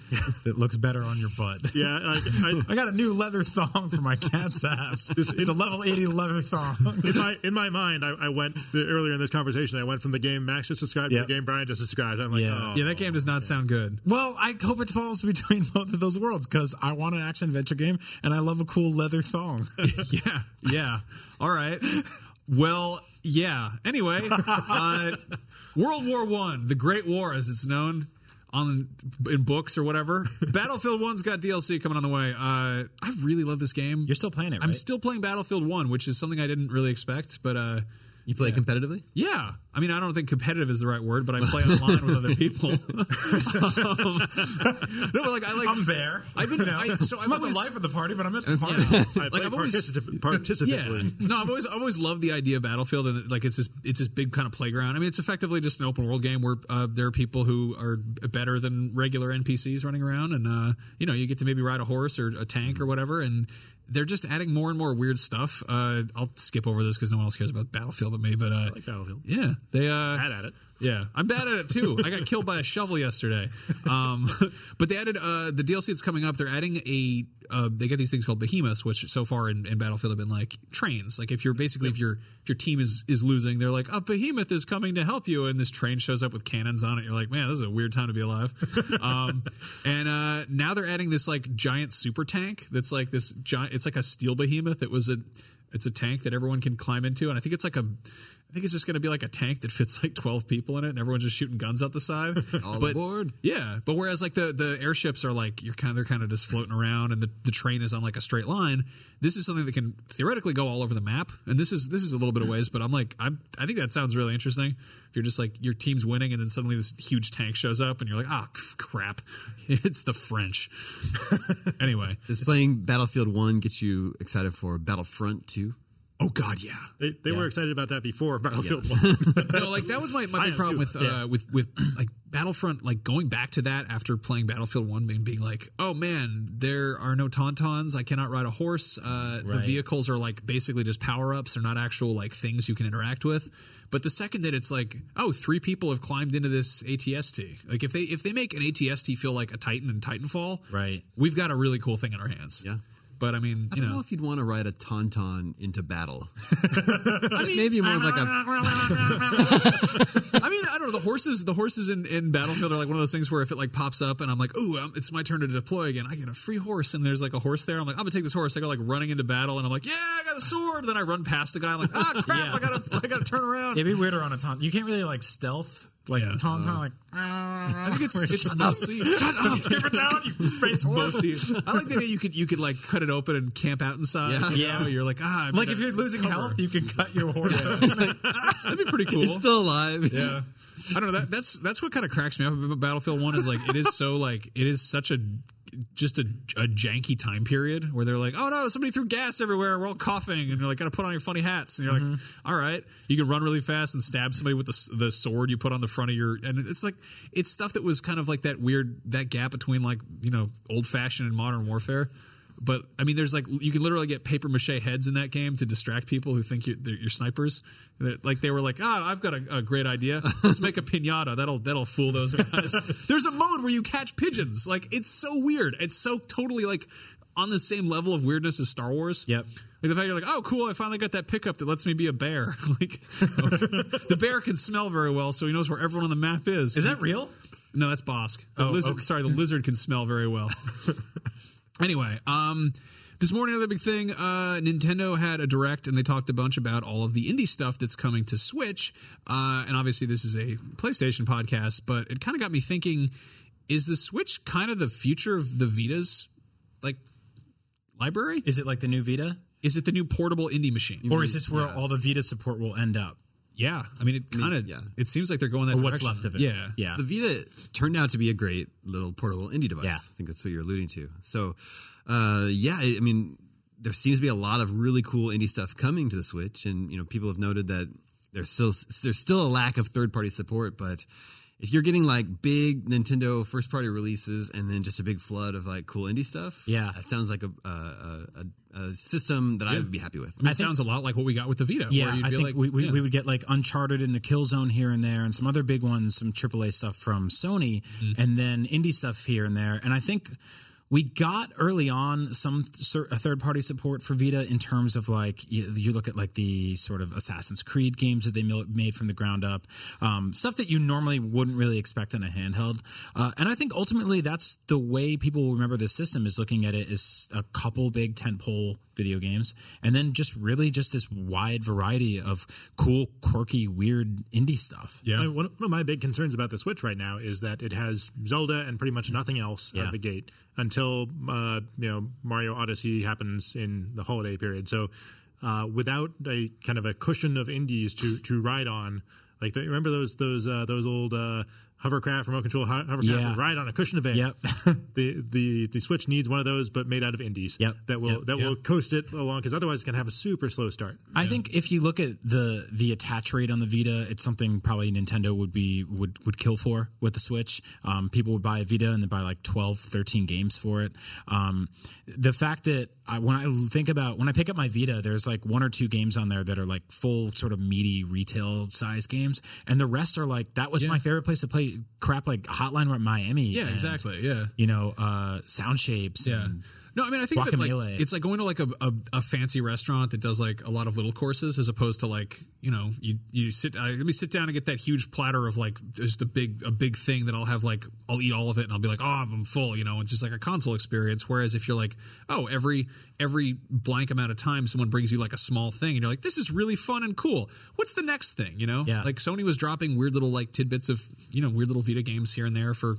Speaker 4: that looks better on your butt.
Speaker 1: Yeah, like, I,
Speaker 4: I got a new leather thong for my cat's ass. It's a level 80 leather thong.
Speaker 1: in my in my mind, I, I went earlier in this conversation. I went from the game Max just described
Speaker 4: Yeah.
Speaker 1: to the game Brian just described. I'm like,
Speaker 4: Yeah.
Speaker 1: oh,
Speaker 2: yeah, that game does not sound good.
Speaker 4: Well, I hope it falls between both of those worlds because I want an action adventure game and I love a cool leather thong.
Speaker 2: yeah, yeah. All right. Well, yeah. Anyway, uh, World War One, the Great War, as it's known on in books or whatever. Battlefield One's got DLC coming on the way. Uh, I really love this game.
Speaker 4: You're still playing it,
Speaker 2: I'm
Speaker 4: right?
Speaker 2: still playing Battlefield One, which is something I didn't really expect, but. uh
Speaker 3: You play competitively?
Speaker 2: yeah, I mean, I don't think competitive is the right word, but I play online with other people. Um, no, but like I like
Speaker 4: I'm there.
Speaker 2: I've been I, so I'm
Speaker 4: I'm not the
Speaker 2: always,
Speaker 4: life of the party, but I'm at the party.
Speaker 2: Yeah.
Speaker 1: I
Speaker 2: like
Speaker 1: play
Speaker 2: I've always
Speaker 1: particip- participatively.
Speaker 2: yeah. No, I've always I've always loved the idea of Battlefield and like it's this it's this big kind of playground. I mean, it's effectively just an open world game where uh, there are people who are better than regular NPCs running around, and uh, you know you get to maybe ride a horse or a tank or
Speaker 4: Mm-hmm.
Speaker 2: whatever, and they're just adding more and more weird stuff. Uh, I'll skip over this because no one else cares about Battlefield but me. But uh,
Speaker 1: like
Speaker 4: Oh,
Speaker 1: Battlefield.
Speaker 2: yeah, they uh,
Speaker 1: Bad at it.
Speaker 2: yeah, I'm bad at it too. I got killed by a shovel yesterday. Um, but they added uh, the DLC that's coming up. They're adding a. Uh, they got these things called behemoths, which so far in, in Battlefield have been like trains. Like if you're basically if your if your team is is losing, they're like a behemoth is coming to help you, and this train shows up with cannons on it. You're like, man, this is a weird time to be alive. um, and uh, now they're adding this like giant super tank that's like this giant. It's like a steel behemoth. It was a it's a tank that everyone can climb into, and I think it's like a I think it's just going to be like a tank that fits like 12 people in it and everyone's just shooting guns out the side.
Speaker 3: All
Speaker 2: but,
Speaker 3: aboard.
Speaker 2: Yeah, but whereas like the the airships are like you're kind of they're kind of just floating around and the, the train is on like a straight line. This is something that can theoretically go all over the map. And this is this is a little bit of ways, but I'm like I'm I think that sounds really interesting. If you're just like your team's winning and then suddenly this huge tank shows up and you're like, "Ah, c- crap. It's the French." anyway.
Speaker 3: Does playing Battlefield 1 get you excited for Battlefront 2?
Speaker 2: Oh god, yeah.
Speaker 1: They, they were excited about that before Battlefield One.
Speaker 2: no, like that was my, my
Speaker 1: I
Speaker 2: big
Speaker 1: am
Speaker 2: problem
Speaker 1: too.
Speaker 2: with uh, with with like Battlefront, like going back to that after playing Battlefield One and being like, oh man, there are no tauntauns. I cannot ride a horse. Uh, The
Speaker 4: Right.
Speaker 2: vehicles are like basically just power ups. They're not actual like things you can interact with. But the second that it's like, oh, three people have climbed into this ATST. Like if they if they make an ATST feel like a Titan in Titanfall,
Speaker 4: Right.
Speaker 2: We've got a really cool thing in our hands.
Speaker 3: Yeah.
Speaker 2: But I mean,
Speaker 3: I
Speaker 2: you
Speaker 3: don't
Speaker 2: know,
Speaker 3: know. if you'd want to ride a tauntaun into battle. maybe more of like a
Speaker 2: I mean, I don't know. The horses, the horses in, in Battlefield are like one of those things where if it like pops up and I'm like, ooh, um, it's my turn to deploy again. I get a free horse, and there's like a horse there. I'm like, I'm gonna take this horse. I go like running into battle, and I'm like, yeah, I got a sword. Then I run past the guy. I'm like, ah, crap, I gotta, I gotta turn around.
Speaker 4: It'd be weirder on a taunt. You can't really like stealth, like
Speaker 2: Yeah.
Speaker 4: taunt, taunt, like
Speaker 2: I think it's it's mostly.
Speaker 4: give it down, you space horse.
Speaker 2: Mostly, oh, I like the idea you could you could like cut it open and camp out inside.
Speaker 3: Yeah.
Speaker 2: you
Speaker 4: Yeah.
Speaker 2: know? you're like ah, I've
Speaker 4: Like
Speaker 2: got
Speaker 4: if you're losing
Speaker 2: cover.
Speaker 4: health, you can cut your horse.
Speaker 2: that'd be pretty cool.
Speaker 3: It's still alive.
Speaker 2: Yeah. I don't know. That, that's that's what kind of cracks me up about Battlefield One is like it is so like it is such a just a, a janky time period where they're like, oh no, somebody threw gas everywhere. We're all coughing, and you're like, gotta put on your funny hats, and you're like, all right, you can run really fast and stab somebody with the s- the sword you put on the front of your, and it's like it's stuff that was kind of like that weird that gap between like you know old fashioned and modern warfare. But I mean, there's like you can literally get paper mache heads in that game to distract people who think you're, they're- you're snipers. They're- Like they were like, ah, I've got a, a great idea. Let's make a pinata. That'll that'll fool those guys. there's a mode where you catch pigeons. Like it's so weird. It's so totally like on the same level of weirdness as Star Wars.
Speaker 4: Yep.
Speaker 2: Like the fact you're like, oh, cool! I finally got that pickup that lets me be a bear. like, the bear can smell very well, so he knows where everyone on the map is.
Speaker 4: Is that real?
Speaker 2: No, that's Bosk. The
Speaker 4: Oh,
Speaker 2: lizard,
Speaker 4: okay.
Speaker 2: Sorry, the lizard can smell very well. anyway, um, this morning, another big thing uh, Nintendo had a direct, and they talked a bunch about all of the indie stuff that's coming to Switch. Uh, and obviously, this is a PlayStation podcast, but it kind of got me thinking is the Switch kind of the future of the Vita's like library?
Speaker 4: Is it like the new Vita?
Speaker 2: Is it the new portable indie machine?
Speaker 4: Or is this where all the Vita support will end up?
Speaker 2: yeah, I mean, it kind of
Speaker 3: yeah.
Speaker 2: it seems like they're going that
Speaker 4: Or what's
Speaker 2: direction.
Speaker 4: left of it?
Speaker 2: Yeah,
Speaker 4: Yeah.
Speaker 3: The Vita turned out to be a great little portable indie device.
Speaker 4: Yeah.
Speaker 3: I think that's what you're alluding to. So, uh, yeah, I I mean, there seems to be a lot of really cool indie stuff coming to the Switch, and you know, people have noted that there's still there's still a lack of third party support, but if you're getting like big Nintendo first party releases and then just a big flood of like cool indie stuff,
Speaker 4: Yeah.
Speaker 3: that sounds like a a, a, a, a system that I would be happy with.
Speaker 2: I mean, it sounds a lot like what we got with the Vita.
Speaker 4: Yeah,
Speaker 2: where you'd
Speaker 4: I
Speaker 2: be
Speaker 4: think
Speaker 2: like,
Speaker 4: we, we,
Speaker 2: yeah.
Speaker 4: we would get like Uncharted and the Killzone here and there, and some other big ones, some AAA stuff from Sony, and then indie stuff here and there. And I think we got early on some third party support for Vita in terms of like you, you look at like the sort of Assassin's Creed games that they mil- made from the ground up, um, stuff that you normally wouldn't really expect on a handheld. Uh, and I think ultimately that's the way people will remember this system is looking at it as a couple big tentpole video games, and then just really just this wide variety of cool, quirky, weird indie stuff.
Speaker 1: I mean, one, one of my big concerns about the Switch right now is that it has Zelda and pretty much nothing else out
Speaker 4: Yeah.
Speaker 1: of the gate until uh, you know Mario Odyssey happens in the holiday period. So uh, without a kind of a cushion of indies to to ride on, like the, remember those those uh, those old uh, hovercraft remote control ho- hovercraft
Speaker 4: Yeah.
Speaker 1: that ride on a cushion of air.
Speaker 4: Yep.
Speaker 1: the the the Switch needs one of those, but made out of indies.
Speaker 4: Yep.
Speaker 1: That will that will coast it along because otherwise it's gonna have a super slow start.
Speaker 4: I think if you look at the the attach rate on the Vita, it's something probably Nintendo would be would would kill for with the Switch. Um, people would buy a Vita and then buy like 12, 13 games for it. Um, the fact that I, when I think about when I pick up my Vita, there's like one or two games on there that are like full sort of meaty retail size games, and the rest are like that was my favorite place to play crap like Hotline Miami.
Speaker 2: Yeah,
Speaker 4: and,
Speaker 2: exactly. Yeah.
Speaker 4: You know, uh, sound shapes.
Speaker 2: Yeah.
Speaker 4: and-
Speaker 2: No, I mean, I think that, like,
Speaker 4: Mm-hmm. Guacamole.
Speaker 2: it's like going to like a, a, a fancy restaurant that does like a lot of little courses as opposed to like, you know, you, you sit, uh, let me sit down and get that huge platter of like just a big, a big thing that I'll have like, I'll eat all of it and I'll be like, oh, I'm full, you know, it's just like a console experience. Whereas if you're like, oh, every, every blank amount of time someone brings you like a small thing and you're like, this is really fun and cool. What's the next thing, you know?
Speaker 4: Yeah.
Speaker 2: Like Sony was dropping weird little like tidbits of, you know, weird little Vita games here and there for,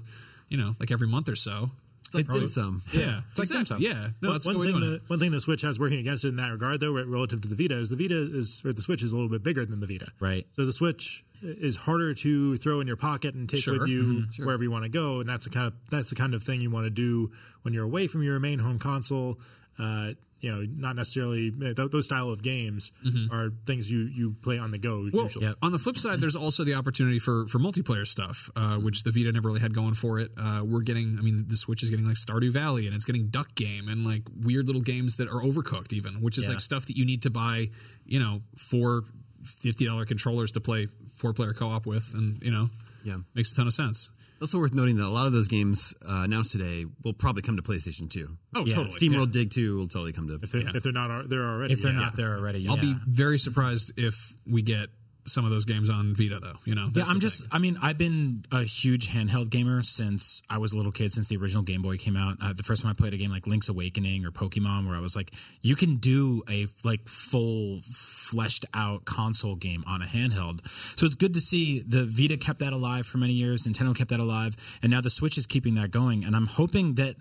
Speaker 2: you know, like every month or so.
Speaker 3: It's like dim sum.
Speaker 2: Yeah,
Speaker 4: It's like dim
Speaker 2: exactly.
Speaker 4: sum.
Speaker 2: Yeah, no,
Speaker 1: One-
Speaker 2: that's
Speaker 1: one,
Speaker 2: going
Speaker 1: thing
Speaker 2: on.
Speaker 1: the, one thing the Switch has working against it in that regard, though, re- relative to the Vita, is the Vita is or the Switch is a little bit bigger than the Vita.
Speaker 4: Right.
Speaker 1: So the Switch is harder to throw in your pocket and take
Speaker 2: Sure.
Speaker 1: with you wherever you want to go, and that's the kind of that's the kind of thing you want to do when you're away from your main home console. Uh, you know, not necessarily th- those style of games are things you you play on the go
Speaker 2: well,
Speaker 1: usually.
Speaker 2: on the flip side, there's also the opportunity for for multiplayer stuff, uh,
Speaker 4: Mm-hmm.
Speaker 2: which the Vita never really had going for it. Uh, we're getting, I mean, the Switch is getting like Stardew Valley, and it's getting Duck Game, and like weird little games that are overcooked, even, which is like stuff that you need to buy, you know, four fifty dollar controllers to play four player co op with, and you know,
Speaker 3: Yeah.
Speaker 2: makes a ton of sense.
Speaker 3: It's also worth noting that a lot of those games uh, announced today will probably come to PlayStation 2.
Speaker 2: Oh, totally,
Speaker 3: Steam
Speaker 2: yeah.
Speaker 3: World Dig 2 will totally come to.
Speaker 1: if, they're, if they're not al- there already,
Speaker 4: If they're
Speaker 1: yeah.
Speaker 4: not there already,
Speaker 2: I'll be
Speaker 4: yeah.
Speaker 2: very surprised if we get some of those games on Vita, though. You know,
Speaker 4: Yeah,
Speaker 2: That's
Speaker 4: I'm
Speaker 2: the
Speaker 4: just. I mean, I've been a huge handheld gamer since I was a little kid. Since the original Game Boy came out, uh, the first time I played a game like Link's Awakening or Pokemon, where I was like, you can do a like full fleshed out console game on a handheld. So it's good to see the Vita kept that alive for many years. Nintendo kept that alive, and now the Switch is keeping that going. And I'm hoping that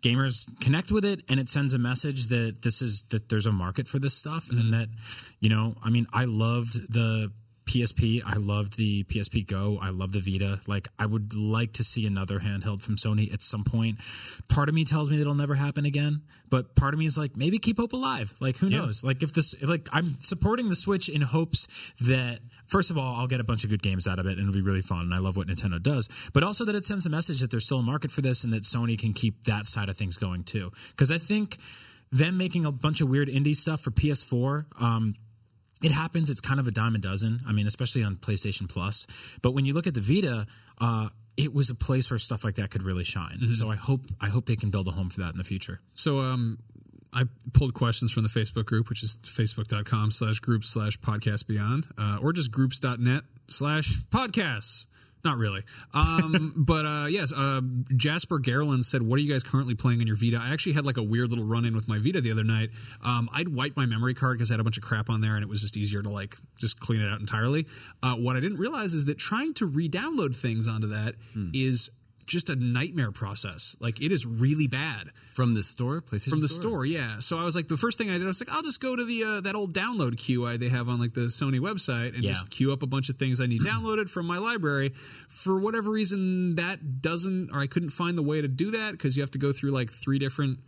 Speaker 4: gamers connect with it, and it sends a message that
Speaker 2: Mm-hmm.
Speaker 4: this is that there's a market for this stuff, and that you know, I mean, I loved the. PSP. I loved the PSP Go. I love the Vita. Like I would like to see another handheld from Sony at some point. Part of me tells me that it'll never happen again, but part of me is like maybe keep hope alive. Like who knows? Like if this like I'm supporting the Switch in hopes that first of all I'll get a bunch of good games out of it and it'll be really fun and I love what Nintendo does, but also that it sends a message that there's still a market for this and that Sony can keep that side of things going too. Cuz I think them making a bunch of weird indie stuff for PS4 um it happens. It's kind of a dime a dozen. I mean, especially on PlayStation Plus. But when you look at the Vita, uh, it was a place where stuff like that could really shine. So I hope I hope they can build a home for that in the future.
Speaker 2: So um I pulled questions from the Facebook group, which is facebook.com slash group slash podcast beyond, uh, or just groups.net slash podcasts. Not really. Um, but uh, yes, uh, Jasper Garland said, What are you guys currently playing on your Vita? I actually had like a weird little run in with my Vita the other night. Um, I'd wiped my memory card because I had a bunch of crap on there and it was just easier to like just clean it out entirely. Uh, what I didn't realize is that trying to re download things onto that is just a nightmare process. Like it is really bad
Speaker 3: From the store, PlayStation
Speaker 2: from the store. yeah. So I was like, the first thing I did, I was like, I'll just go to the uh, that old download queue I, they have on like the Sony website and
Speaker 4: Yeah.
Speaker 2: just queue up a bunch of things I need downloaded from my library. For whatever reason, that doesn't, or I couldn't find the way to do that because you have to go through like three different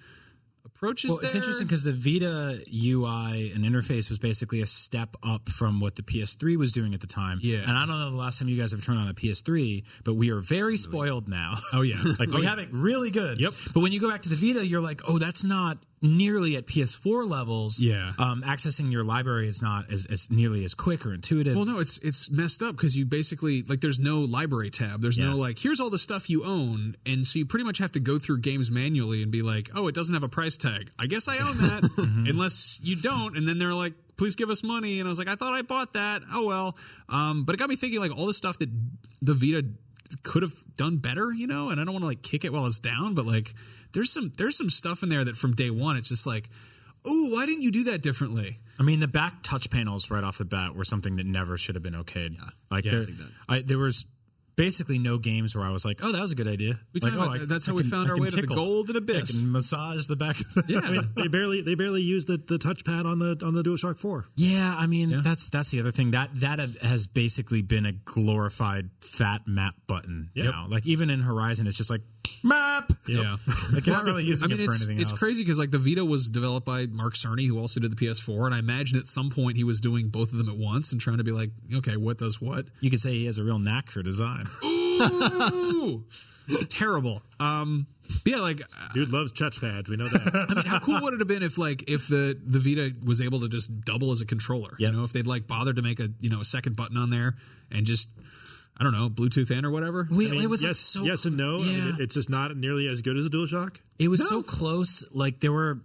Speaker 2: approaches.
Speaker 4: well, it's
Speaker 2: there.
Speaker 4: interesting because the Vita UI and interface was basically a step up from what the PS3 was doing at the time.
Speaker 2: Yeah.
Speaker 4: and I don't know the last time you guys have turned on a PS3, but we are very spoiled now. Oh yeah, like we have it really good.
Speaker 2: Yep.
Speaker 4: But when you go back to the Vita, you're like, oh, that's not nearly at PS4 levels.
Speaker 2: Yeah.
Speaker 4: um, accessing your library is not as, as nearly as quick or intuitive.
Speaker 2: Well, no, it's it's messed up because you basically like there's no library tab. There's
Speaker 4: Yeah.
Speaker 2: no like here's all the stuff you own, and so you pretty much have to go through games manually and be like, oh, it doesn't have a price tag. I guess I own that, unless you don't, and then they're like. Please give us money, and I was like, I thought I bought that. Oh well, um, but it got me thinking, like all the stuff that the Vita could have done better, you know. And I don't want to like kick it while it's down, but like there's some there's some stuff in there that from day one, it's just like, oh, why didn't you do that differently?
Speaker 4: I mean, the back touch panels right off the bat were something that never should have been okayed. Like there, I, there was basically no games where I was like, "Oh, that was a good idea."
Speaker 2: We
Speaker 4: like,
Speaker 2: talking
Speaker 4: oh,
Speaker 2: about that- that's how we found our way to the gold and abyss.
Speaker 4: I can massage the back.
Speaker 2: Yeah.
Speaker 1: I mean, they barely they barely use the, the touchpad on the on the DualShock Four.
Speaker 4: yeah. I mean, that's that's the other thing that that have- has basically been a glorified fat map button now. Like even in Horizon, it's just like map.
Speaker 2: Yeah.
Speaker 4: like you're not really using it for
Speaker 2: it's,
Speaker 4: anything
Speaker 2: it's
Speaker 4: else.
Speaker 2: crazy because like the Vita was developed by Mark Cerny, who also did the PS4, and I imagine at some point he was doing both of them at once and trying to be like, okay, what does what?
Speaker 4: You could say he has a real knack for design.
Speaker 2: Ooh, terrible. Um, but yeah, like I
Speaker 1: Dude loves touchpads. We know that.
Speaker 2: mean, how cool would it have been if like if the the Vita was able to just double as a controller?
Speaker 4: Yep.
Speaker 2: You know, if they'd like bothered to make a you know a second button on there and just I don't know Bluetooth in or whatever.
Speaker 4: Wait,
Speaker 1: I mean,
Speaker 4: it was like,
Speaker 1: yes,
Speaker 4: so
Speaker 1: yes, and no. I mean,
Speaker 4: Yeah.
Speaker 1: it- it's just not nearly as good as a DualShock.
Speaker 4: It was so close. Like there were.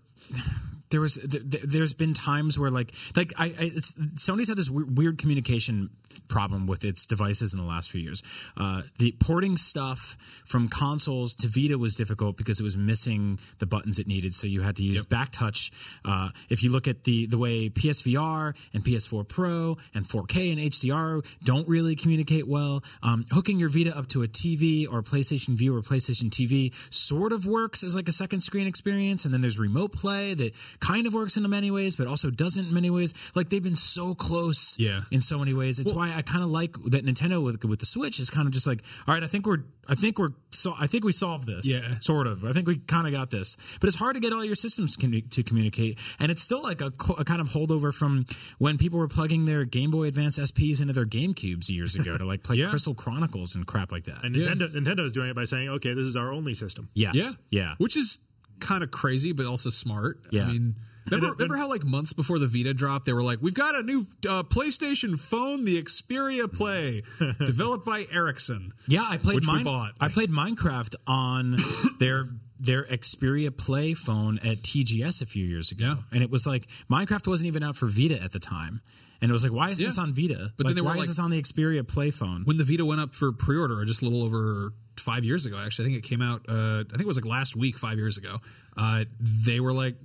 Speaker 4: There was th- th- there's been times where like like I, I it's, Sony's had this weird, weird communication problem with its devices in the last few years. Uh, the porting stuff from consoles to Vita was difficult because it was missing the buttons it needed, so you had to use back touch. Uh, if you look at the the way PSVR and PS4 Pro and 4K and HDR don't really communicate well, um, hooking your Vita up to a TV or a PlayStation View or PlayStation TV sort of works as like a second screen experience, and then there's remote play that kind of works in many ways, but also doesn't in many ways. Like they've been so close,
Speaker 2: Yeah.
Speaker 4: in so many ways. It's why I kind of like that Nintendo with with the Switch is kind of just like, all right, I think we're, I think we're, so, I think we solved this,
Speaker 2: Yeah.
Speaker 4: sort of. I think we kind of got this, but it's hard to get all your systems commu- to communicate, and it's still like a, co- a kind of holdover from when people were plugging their Game Boy Advance SPs into their GameCubes years ago to like play Crystal Chronicles and crap like that.
Speaker 1: And Nintendo, Nintendo's doing it by saying, okay, this is our only system.
Speaker 4: yes, yeah, yeah.
Speaker 2: Which is kind of crazy, but also smart.
Speaker 4: Yeah.
Speaker 2: I mean, remember, remember how like months before the Vita dropped, they were like, "We've got a new uh, PlayStation phone, the Xperia Play, developed by Ericsson."
Speaker 4: Yeah, I played.
Speaker 2: Which we
Speaker 4: Mine-
Speaker 2: bought.
Speaker 4: I played Minecraft on their their Xperia Play phone at TGS a few years ago, and it was like Minecraft wasn't even out for Vita at the time, and it was like, why is this
Speaker 2: Yeah.
Speaker 4: on Vita?
Speaker 2: But then
Speaker 4: Like,
Speaker 2: they were
Speaker 4: why
Speaker 2: like-
Speaker 4: is this on the Xperia Play phone?
Speaker 2: When the Vita went up for pre-order, just a little over five years ago, actually, I think it came out. Uh, I think it was like last week, five years ago. Uh, they were like,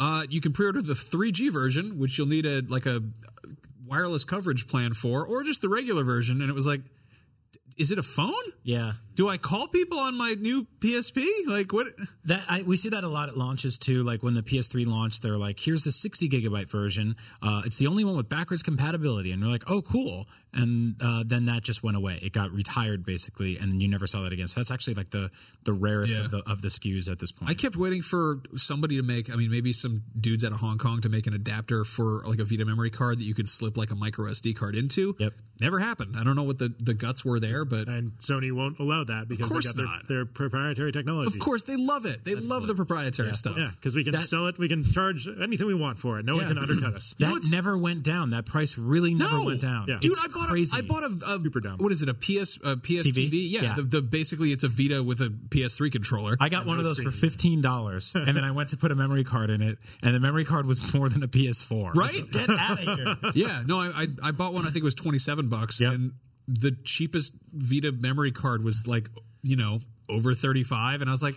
Speaker 2: uh, "You can pre-order the 3G version, which you'll need a like a wireless coverage plan for, or just the regular version." And it was like, "Is it a phone?"
Speaker 4: yeah,
Speaker 2: Do I call people on my new PSP? Like what?
Speaker 4: That I, we see that a lot at launches too. Like when the PS3 launched, they're like, "Here's the 60 gigabyte version. Uh, it's the only one with backwards compatibility." And we're like, "Oh, cool!" And uh, then that just went away. It got retired basically, and you never saw that again. So that's actually like the the rarest
Speaker 2: Yeah.
Speaker 4: of the of the SKUs at this point.
Speaker 2: I kept waiting for somebody to make. I mean, maybe some dudes out of Hong Kong to make an adapter for like a Vita memory card that you could slip like a micro SD card into.
Speaker 4: Yep.
Speaker 2: Never happened. I don't know what the the guts were there, but
Speaker 1: and Sony won't allow that because they
Speaker 2: course
Speaker 1: got their,
Speaker 2: not.
Speaker 1: their proprietary technology.
Speaker 2: of course they love it. They love the proprietary stuff.
Speaker 1: Yeah, because we can
Speaker 4: That-
Speaker 1: sell it, we can charge anything we want for it. No
Speaker 2: Yeah.
Speaker 1: one can undercut us.
Speaker 4: that never went down. That price really never
Speaker 2: No,
Speaker 4: went down.
Speaker 1: Yeah.
Speaker 2: Dude,
Speaker 4: It's
Speaker 2: I bought
Speaker 4: crazy.
Speaker 2: a I bought a, a
Speaker 1: Super dumb.
Speaker 2: What is it? A PS a PS
Speaker 4: TV?
Speaker 2: TV? Yeah,
Speaker 4: Yeah.
Speaker 2: The, the basically it's a Vita with a PS3 controller.
Speaker 4: I got one of those for fifteen dollars, and then I went to put a memory card in it, and the memory card was more than a PS4. I was
Speaker 2: Right?
Speaker 4: like, Get out of here.
Speaker 2: yeah, no, I, I I bought one. I think it was twenty seven bucks,
Speaker 4: Yep.
Speaker 2: and the cheapest Vita memory card was like you know over thirty five, and I was like,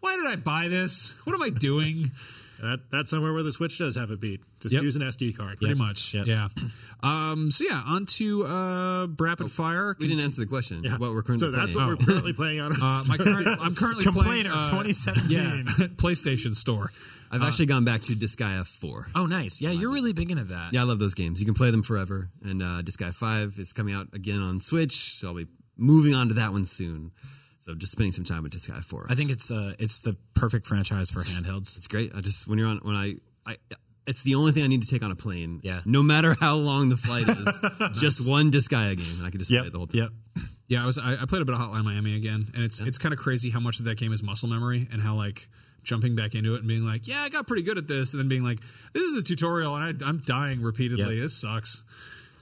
Speaker 2: why did I buy this? What am I doing?
Speaker 1: That, that's somewhere where the Switch does have a beat. Just
Speaker 2: Yep.
Speaker 1: use an SD card.
Speaker 2: Pretty much,
Speaker 4: Yep.
Speaker 2: yeah. Um, so yeah, on to uh, rapid fire.
Speaker 3: We didn't answer the question. What we're currently
Speaker 1: So that's what
Speaker 3: playing.
Speaker 1: we're currently playing on.
Speaker 2: Uh, my current, I'm currently
Speaker 4: Complainer
Speaker 2: playing, uh,
Speaker 4: 2017.
Speaker 2: Yeah, PlayStation Store.
Speaker 3: I've actually gone back to Disgaea 4.
Speaker 4: Oh, nice. Yeah, you're really big into that.
Speaker 3: Yeah, I love those games. You can play them forever. And uh, Disgaea 5 is coming out again on Switch, so I'll be moving on to that one soon. So just spending some time with Disgaea 4.
Speaker 4: I think it's uh, it's the perfect franchise for handhelds.
Speaker 3: it's great. I just when you're on when I I it's the only thing I need to take on a plane.
Speaker 4: Yeah.
Speaker 3: No matter how long the flight is, just one Disgaea game, and I can just play it the whole time.
Speaker 2: Yeah, I was I, I played a bit of Hotline Miami again, and it's it's kind of crazy how much of that game is muscle memory and how like jumping back into it and being like, yeah, I got pretty good at this, and then being like, this is a tutorial and I, I'm dying repeatedly.
Speaker 4: Yeah. Uh,
Speaker 2: This sucks.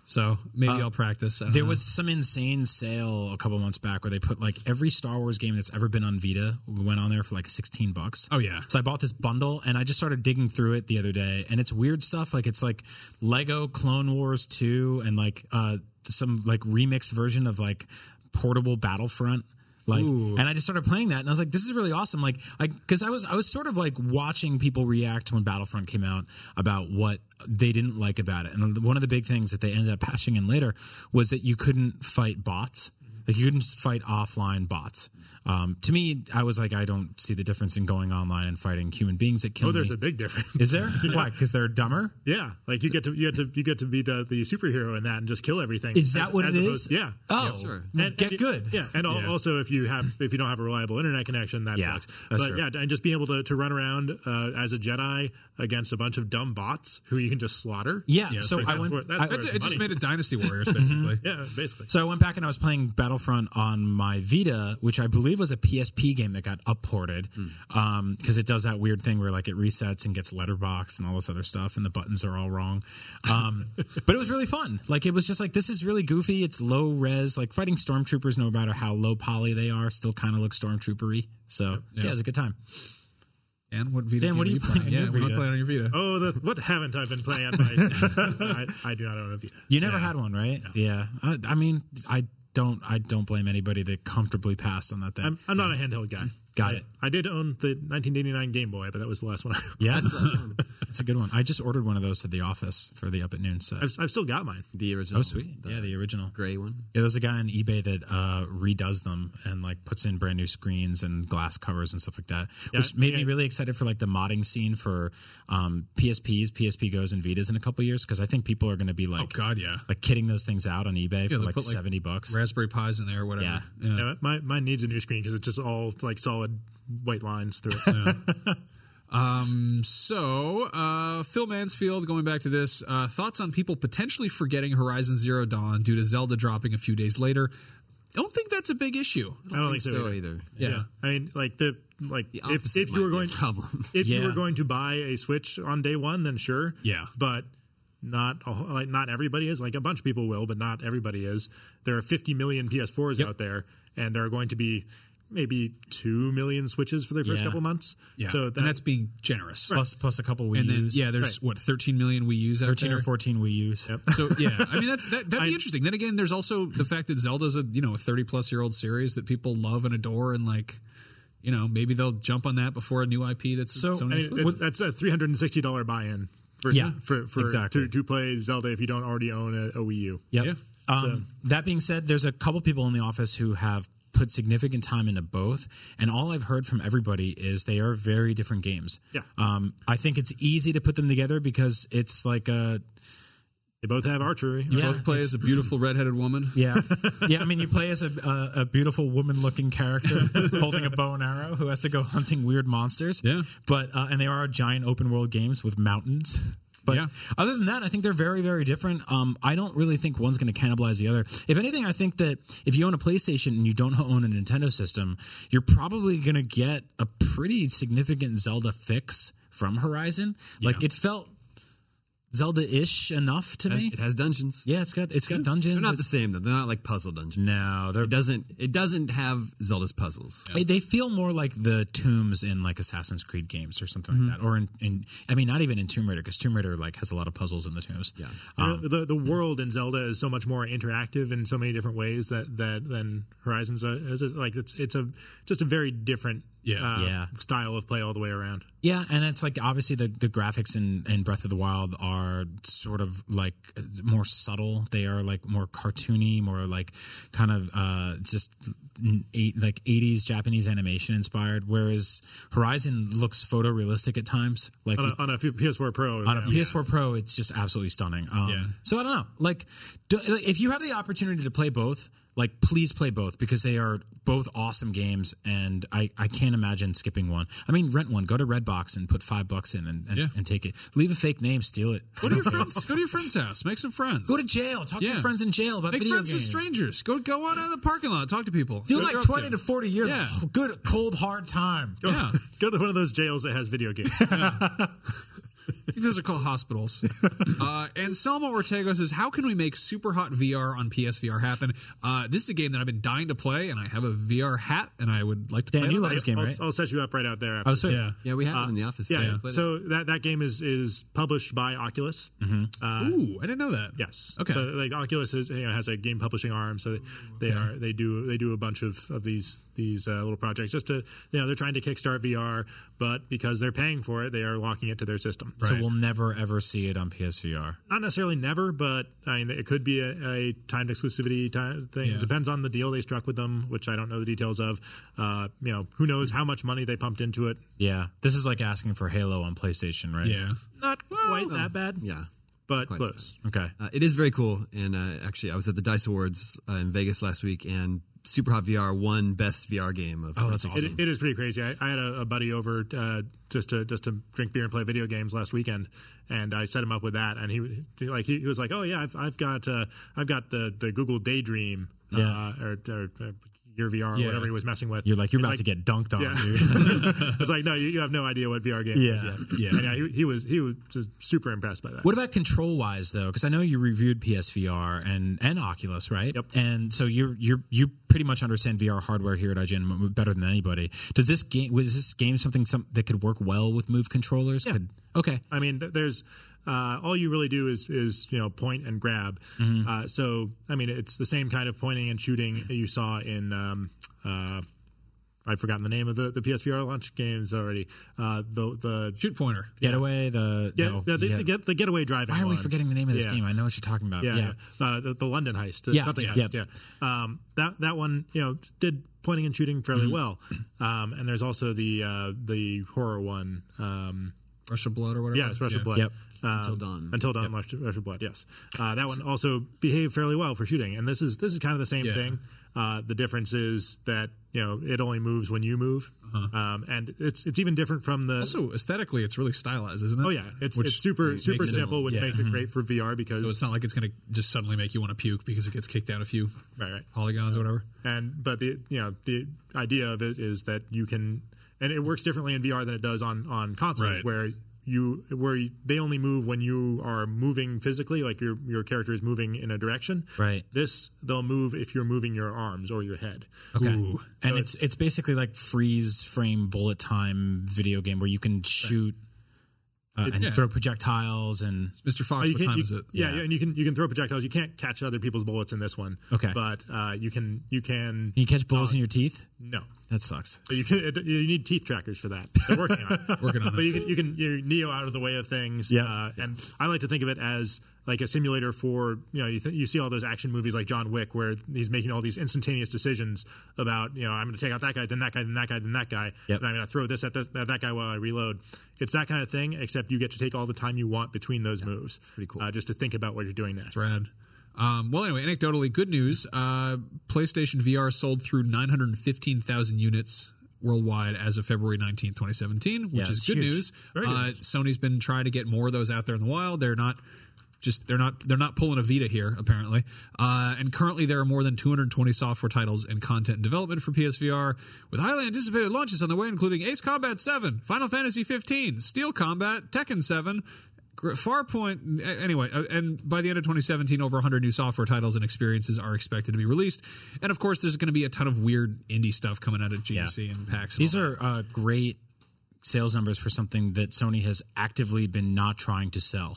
Speaker 2: So maybe I'll practice. I don't
Speaker 4: There
Speaker 2: know.
Speaker 4: was some insane sale a couple months back where they put like every Star Wars game that's ever been on Vita went on there for like 16 bucks.
Speaker 2: Oh, yeah.
Speaker 4: So I bought this bundle and I just started digging through it the other day and it's weird stuff like it's like Lego Clone Wars 2 and like uh some like remixed version of like portable Battlefront like and I just started playing that and I was like this is really awesome like I cuz I was I was sort of like watching people react when Battlefront came out about what they didn't like about it and one of the big things that they ended up patching in later was that you couldn't fight bots like you couldn't fight offline bots. Um, to me, I was like, I don't see the difference in going online and fighting human beings that kill.
Speaker 1: oh, there's
Speaker 4: me.
Speaker 1: a big difference.
Speaker 4: Is there? Why? Because they're dumber.
Speaker 1: yeah, like you get to you get to you get to be the, the superhero in that and just kill everything.
Speaker 4: Is that what
Speaker 1: as
Speaker 4: it
Speaker 1: opposed-
Speaker 4: is?
Speaker 1: Yeah.
Speaker 4: Oh,
Speaker 3: Yeah, sure.
Speaker 4: well, get
Speaker 1: you-
Speaker 4: good.
Speaker 1: Yeah, and al- also if you have if you don't have a reliable internet connection, that
Speaker 4: Yeah,
Speaker 1: sucks.
Speaker 4: that's
Speaker 1: but
Speaker 4: true.
Speaker 1: yeah, and just being able to, to run around uh, as a Jedi against a bunch of dumb bots who you can just slaughter.
Speaker 4: Yeah, so
Speaker 1: that's
Speaker 4: I went-
Speaker 1: where- that's
Speaker 4: I-
Speaker 1: where
Speaker 2: It ju-
Speaker 1: it's
Speaker 2: it just
Speaker 1: money.
Speaker 2: made it Dynasty Warriors basically.
Speaker 1: yeah, basically.
Speaker 4: So I went back and I was playing Battlefront on my Vita, which I believe was a PSP game that got upported because it does that weird thing where like it resets and gets letterboxed and all this other stuff, and the buttons are all wrong. Um, but it was really fun. Like it was just like this is really goofy. It's low res. Like fighting stormtroopers, no matter how low poly they are, still kind of look stormtroopery. So yeah, it was a good time.
Speaker 2: And what Vita?
Speaker 4: Dan,
Speaker 2: game
Speaker 4: what
Speaker 2: are
Speaker 4: are you playing on
Speaker 2: Yeah,
Speaker 4: your
Speaker 2: what am I
Speaker 4: Vita?
Speaker 2: playing on your Vita?
Speaker 1: Oh, the, what haven't I been playing on my? I, I do not own a Vita.
Speaker 4: You never had one, right? Yeah. I, I mean, I don't. I don't blame anybody that comfortably passed on that thing.
Speaker 1: I'm, I'm not a handheld guy.
Speaker 4: Got
Speaker 1: I,
Speaker 4: it.
Speaker 1: I did own the 1989 Game Boy, but that was the last one. I owned.
Speaker 4: yeah,
Speaker 2: um,
Speaker 4: it's a good one. I just ordered one of those to the office for the up at noon set.
Speaker 1: I've, I've still got mine.
Speaker 3: The original.
Speaker 4: oh, sweet. yeah, the original.
Speaker 3: gray one.
Speaker 4: Yeah, there's a guy on eBay that uh, redoes them and like puts in brand new screens and glass covers and stuff like that, which made me really excited for like the modding scene for um, PSPs, PSP Goes, and Vitas in a couple years because I think people are going to be like,
Speaker 2: Oh God, yeah.
Speaker 4: like kidding those things out on eBay for
Speaker 2: they'll
Speaker 4: like,
Speaker 2: put, like,
Speaker 4: seventy bucks.
Speaker 2: Raspberry Pis in there, or whatever.
Speaker 4: Yeah.
Speaker 1: Yeah, my mine needs a new screen because it's just all like solid white lines through it.
Speaker 2: Um, so, uh, Phil Mansfield, going back to this, uh, thoughts on people potentially forgetting Horizon Zero Dawn due to Zelda dropping a few days later. Don't think that's a big issue.
Speaker 1: I don't think so.
Speaker 3: So
Speaker 1: either.
Speaker 3: either.
Speaker 2: Yeah.
Speaker 1: I mean, like the like
Speaker 3: The
Speaker 1: if
Speaker 3: opposite
Speaker 1: if you were
Speaker 3: might
Speaker 1: going
Speaker 3: be a problem.
Speaker 1: if you
Speaker 4: Yeah.
Speaker 1: were going to buy a Switch on day one, then sure.
Speaker 2: Yeah.
Speaker 1: But not a wh- like not everybody is. Like a bunch of people will, but not everybody is. There are 50 million PS4s out there, and there are going to be maybe two million Switches for the first
Speaker 4: Yeah.
Speaker 1: couple months.
Speaker 2: Yeah.
Speaker 1: So that,
Speaker 2: and that's being generous.
Speaker 4: Plus, plus a couple Wii
Speaker 2: And then,
Speaker 4: U's.
Speaker 2: yeah, there's what 13 million we use out
Speaker 4: 13
Speaker 2: there.
Speaker 4: or 14 Wii U's.
Speaker 2: So yeah, I mean that's that, that'd be interesting. Then again, there's also the fact that Zelda's a you know a 30 plus year old series that people love and adore, and like you know maybe they'll jump on that before a new IP that's
Speaker 4: So,
Speaker 2: Sony
Speaker 4: I
Speaker 1: I mean,
Speaker 2: exclusive.
Speaker 1: that's, that's a three hundred and sixty dollar buy in. For,
Speaker 4: Yeah,
Speaker 1: for, for
Speaker 4: exactly.
Speaker 1: to, to play Zelda if you don't already own a, a Wii U.
Speaker 4: Yep. Um, That being said, there's a couple people in the office who have put significant time into both, and all I've heard from everybody is they are very different games.
Speaker 1: Yeah.
Speaker 4: Um, I think it's easy to put them together because it's like a
Speaker 1: They both have archery.
Speaker 4: Yeah.
Speaker 1: Both-
Speaker 5: Both play as a beautiful redheaded woman.
Speaker 4: yeah, yeah. I mean, you play as a a, a beautiful woman-looking character holding a bow and arrow who has to go hunting weird monsters.
Speaker 5: Yeah.
Speaker 4: but uh, and they are giant open-world games with mountains. But
Speaker 5: Yeah.
Speaker 4: other than that, I think they're very, very different. Um, I don't really think one's going to cannibalize the other. If anything, I think that if you own a PlayStation and you don't own a Nintendo system, you're probably going to get a pretty significant Zelda fix from Horizon. Like it felt Zelda-ish enough to me.
Speaker 3: It has dungeons.
Speaker 4: Uh, yeah, it's got it's got dungeons.
Speaker 3: They're not the
Speaker 4: It's-
Speaker 3: same though. They're not like puzzle dungeons.
Speaker 4: no, they're
Speaker 3: It doesn't. It doesn't have Zelda's puzzles.
Speaker 4: They- They feel more like the tombs in like Assassin's Creed games or something like that, or in, in I mean, not even in Tomb Raider because Tomb Raider like has a lot of puzzles in the tombs. Yeah,
Speaker 1: the the world in Zelda is so much more interactive in so many different ways that that than Horizons uh, is It's like it's it's a just a very different
Speaker 5: Yeah.
Speaker 1: uh,
Speaker 4: Yeah.
Speaker 1: style of play all the way around.
Speaker 4: yeah, and it's like obviously the the graphics in, in Breath of the Wild are sort of like more subtle. They are like more cartoony, more like kind of uh just n- eight, like eighties Japanese animation inspired. Whereas Horizon looks photorealistic at times, like
Speaker 1: On a, on a PS4 Pro,
Speaker 4: on a
Speaker 1: yeah.
Speaker 4: PS4 Pro, it's just absolutely stunning. Um,
Speaker 5: Yeah.
Speaker 4: So I don't know. Like, do, like, if you have the opportunity to play both, like, please play both because they are both awesome games, and I, I can't imagine skipping one. I mean, rent one, go to Redbox and put five bucks in and, and,
Speaker 5: Yeah.
Speaker 4: and take it. Leave a fake name, steal it.
Speaker 5: Go to your friends. Go to your friend's house. Make some friends.
Speaker 4: Go to jail. Talk to
Speaker 5: Yeah.
Speaker 4: your friends in jail about
Speaker 5: Make
Speaker 4: video
Speaker 5: friends
Speaker 4: games.
Speaker 5: with strangers. Go go out of the parking lot. Talk to people. See
Speaker 4: Do
Speaker 5: what
Speaker 4: like
Speaker 5: they're up
Speaker 4: twenty to forty years.
Speaker 5: Yeah.
Speaker 4: of Good cold hard time.
Speaker 5: Yeah,
Speaker 1: Go to one of those jails that has video games.
Speaker 5: those are called hospitals. uh, Anselmo Ortega says, "How can we make super hot VR on PSVR happen? Uh, this is a game that I've been dying to play, and I have a VR hat, and I would like to
Speaker 4: Dan,
Speaker 5: play.
Speaker 4: you
Speaker 5: it.
Speaker 4: love this game,
Speaker 1: I'll,
Speaker 4: right?
Speaker 1: I'll set you up right out there. After.
Speaker 4: Oh, sweet.
Speaker 5: yeah,
Speaker 3: Yeah, we have them in the office.
Speaker 1: Uh, yeah,
Speaker 3: But
Speaker 1: so that that game is is published by Oculus.
Speaker 4: Mm-hmm.
Speaker 5: Ooh, I didn't know that.
Speaker 1: Yes.
Speaker 5: Okay.
Speaker 1: So like Oculus is, you know, has a game publishing arm, so they, they are they do they do a bunch of of these these uh, little projects just to you know they're trying to kickstart VR, but because they're paying for it, they are locking it to their system.
Speaker 4: So we'll never ever see it on PSVR.
Speaker 1: Not necessarily never, but I mean it could be a, a timed exclusivity time thing. Depends on the deal they struck with them, which I don't know the details of. Uh, you know, who knows how much money they pumped into it?
Speaker 4: Yeah, this is like asking for Halo on PlayStation, right?
Speaker 5: yeah.
Speaker 1: Not quite that bad,
Speaker 3: yeah.
Speaker 1: but close.
Speaker 4: Okay.
Speaker 3: Uh, it is very cool, and uh, actually, I was at the Dice Awards uh, in Vegas last week, and Super Hot VR won Best VR Game of. Oh, that's
Speaker 1: It, it is pretty crazy. I, I had a, a buddy over uh, just to just to drink beer and play video games last weekend, and I set him up with that. And he was- he- like he, he was like, "Oh yeah, I've I've got uh, I've got the the Google Daydream
Speaker 4: Yeah.
Speaker 1: uh, or, or, uh your VR or whatever he was messing with."
Speaker 4: You're like, you're
Speaker 1: It's
Speaker 4: about to get dunked on,
Speaker 1: Yeah.
Speaker 4: dude.
Speaker 1: it's like no, you, you have no idea what VR game.
Speaker 4: Yeah.
Speaker 1: is yet. yeah. And, yeah he, he was he was just super impressed by that.
Speaker 4: what about control wise though? Because I know you reviewed PSVR and and Oculus, right?
Speaker 1: Yep.
Speaker 4: And so you're you're you pretty much understand VR hardware here at IGN m- better than anybody. Does this game was this game something some, that could work well with Move controllers? Yeah. Could, okay.
Speaker 1: I mean, th- there's uh, all you really do is is you know point and grab.
Speaker 4: Mm-hmm.
Speaker 1: Uh, so I mean, it's the same kind of pointing and shooting you saw in. Um, uh, I've forgotten the name of the, the PSVR launch games already. Uh, the the
Speaker 5: Shoot pointer.
Speaker 4: Getaway the
Speaker 1: yeah,
Speaker 4: no,
Speaker 1: the, the, the, get, the getaway driving.
Speaker 4: Why are we
Speaker 1: one.
Speaker 4: forgetting the name of this
Speaker 1: Yeah.
Speaker 4: game? I know what you're talking about.
Speaker 1: Yeah,
Speaker 4: yeah.
Speaker 1: yeah. Uh, the, the London heist. the
Speaker 4: Yeah,
Speaker 1: something
Speaker 4: yeah.
Speaker 1: heist. Yeah, Um, that that one, you know, did pointing and shooting fairly
Speaker 4: Mm-hmm.
Speaker 1: well. Um, and there's also the uh, the horror one. Um,
Speaker 5: Rush of Blood or whatever.
Speaker 1: Yeah, it's Rush of Blood.
Speaker 4: Yep.
Speaker 1: until
Speaker 3: Dawn.
Speaker 1: Until Dawn, Rush, Rush of Blood. Yes, uh, that one also behaved fairly well for shooting, and this is this is kind of the same
Speaker 5: Yeah.
Speaker 1: thing. Uh, the difference is that you know it only moves when you move, um, and it's it's even different from the.
Speaker 5: Also, aesthetically, it's really stylized, isn't it?
Speaker 1: oh yeah, it's
Speaker 5: Which
Speaker 1: it's super
Speaker 3: makes
Speaker 1: super
Speaker 3: it-
Speaker 1: simple, which
Speaker 5: yeah.
Speaker 1: makes it great for VR because
Speaker 5: So it's not like it's going to just suddenly make you want to puke because it gets kicked out a few
Speaker 1: right right.
Speaker 5: polygons or whatever.
Speaker 1: and but the you know the idea of it is that you can and it works differently in VR than it does on on consoles
Speaker 5: Right.
Speaker 1: where you where you- they only move when you are moving physically like your your character is moving in a direction
Speaker 4: Right.
Speaker 1: this they'll move if you're moving your arms or your head
Speaker 4: Okay. And it's it's basically like freeze frame bullet time video game where you can shoot uh, and
Speaker 5: yeah.
Speaker 4: throw projectiles and
Speaker 5: Mr. Fox,
Speaker 1: you
Speaker 5: what
Speaker 1: can-
Speaker 5: time
Speaker 1: you-
Speaker 5: is it?
Speaker 1: Yeah, yeah, and you can you can throw projectiles. You can't catch other people's bullets in this one.
Speaker 4: Okay.
Speaker 1: but uh, you can you can
Speaker 4: you catch bullets in your teeth.
Speaker 1: no,
Speaker 4: That sucks.
Speaker 1: But you can it, you need teeth trackers for that. They're working on it.
Speaker 5: Working on
Speaker 1: But
Speaker 5: it.
Speaker 1: you can you can you neo out of the way of things.
Speaker 4: Yeah.
Speaker 1: Uh, and I like to think of it as like a simulator for you know you, th- you see all those action movies like John Wick where he's making all these instantaneous decisions about you know I'm going to take out that guy then that guy then that guy then that guy
Speaker 6: Yep.
Speaker 1: and I'm going to throw this at, this at that guy while I reload. It's that kind of thing except you get to take all the time you want between those moves. It's
Speaker 3: pretty cool.
Speaker 1: uh, just to think about what you're doing next.
Speaker 2: Brad. Um, well, anyway, anecdotally, good news. Uh, PlayStation VR sold through 915,000 units worldwide as of February 19th, 2017, which
Speaker 6: Yeah,
Speaker 2: is
Speaker 6: it's
Speaker 2: good
Speaker 6: huge.
Speaker 2: news.
Speaker 1: Very good
Speaker 2: uh,
Speaker 1: news.
Speaker 2: Sony's been trying to get more of those out there in the wild. They're not just they're not they're not pulling a Vita here apparently. Uh, and currently there are more than 220 software titles and content in development for PSVR with highly anticipated launches on the way including Ace Combat 7, Final Fantasy 15, Steel Combat, Tekken 7, Gr- Farpoint a- anyway, uh, and by the end of 2017 over 100 new software titles and experiences are expected to be released. And of course there's going to be a ton of weird indie stuff coming out of GDC and PAX. and
Speaker 4: These
Speaker 2: all that.
Speaker 4: are uh, great sales numbers for something that Sony has actively been not trying to sell.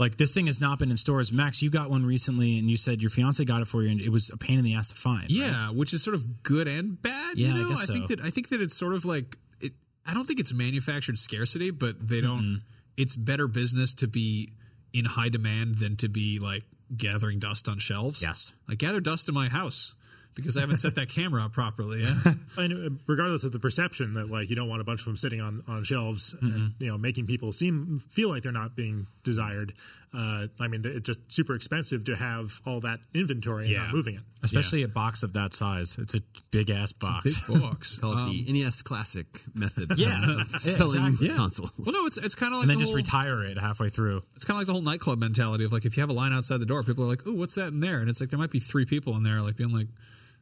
Speaker 4: like this thing has not been in stores. Max, you got one recently, and you said your fiance got it for you, and it was a pain in the ass to find. right?
Speaker 2: Yeah, which is sort of good and bad. you
Speaker 4: Yeah, I
Speaker 2: know?
Speaker 4: guess
Speaker 2: think
Speaker 4: so.
Speaker 2: that I think that it's sort of like it, I don't think it's manufactured scarcity, but they don't. It's better business to be in high demand than to be like gathering dust on shelves.
Speaker 4: Yes.
Speaker 2: like gather dust in my house because I haven't set that camera up properly. Yeah.
Speaker 1: and uh, regardless of the perception that like you don't want a bunch of them sitting on on shelves and you know making people seem feel like they're not being desired uh, i mean it's just super expensive to have all that inventory and
Speaker 2: Yeah.
Speaker 1: not moving it
Speaker 4: especially a box of that size. It's a big ass box.
Speaker 2: Box.
Speaker 3: Call it the NES classic method yeah, of selling consoles.
Speaker 2: well, no, it's it's kind of like
Speaker 4: and then
Speaker 2: the
Speaker 4: just
Speaker 2: whole-
Speaker 4: retire it halfway through.
Speaker 2: it's kind of like the whole nightclub mentality of like if you have a line outside the door, people are like, "Oh, what's that in there?" And it's like there might be three people in there, like being like,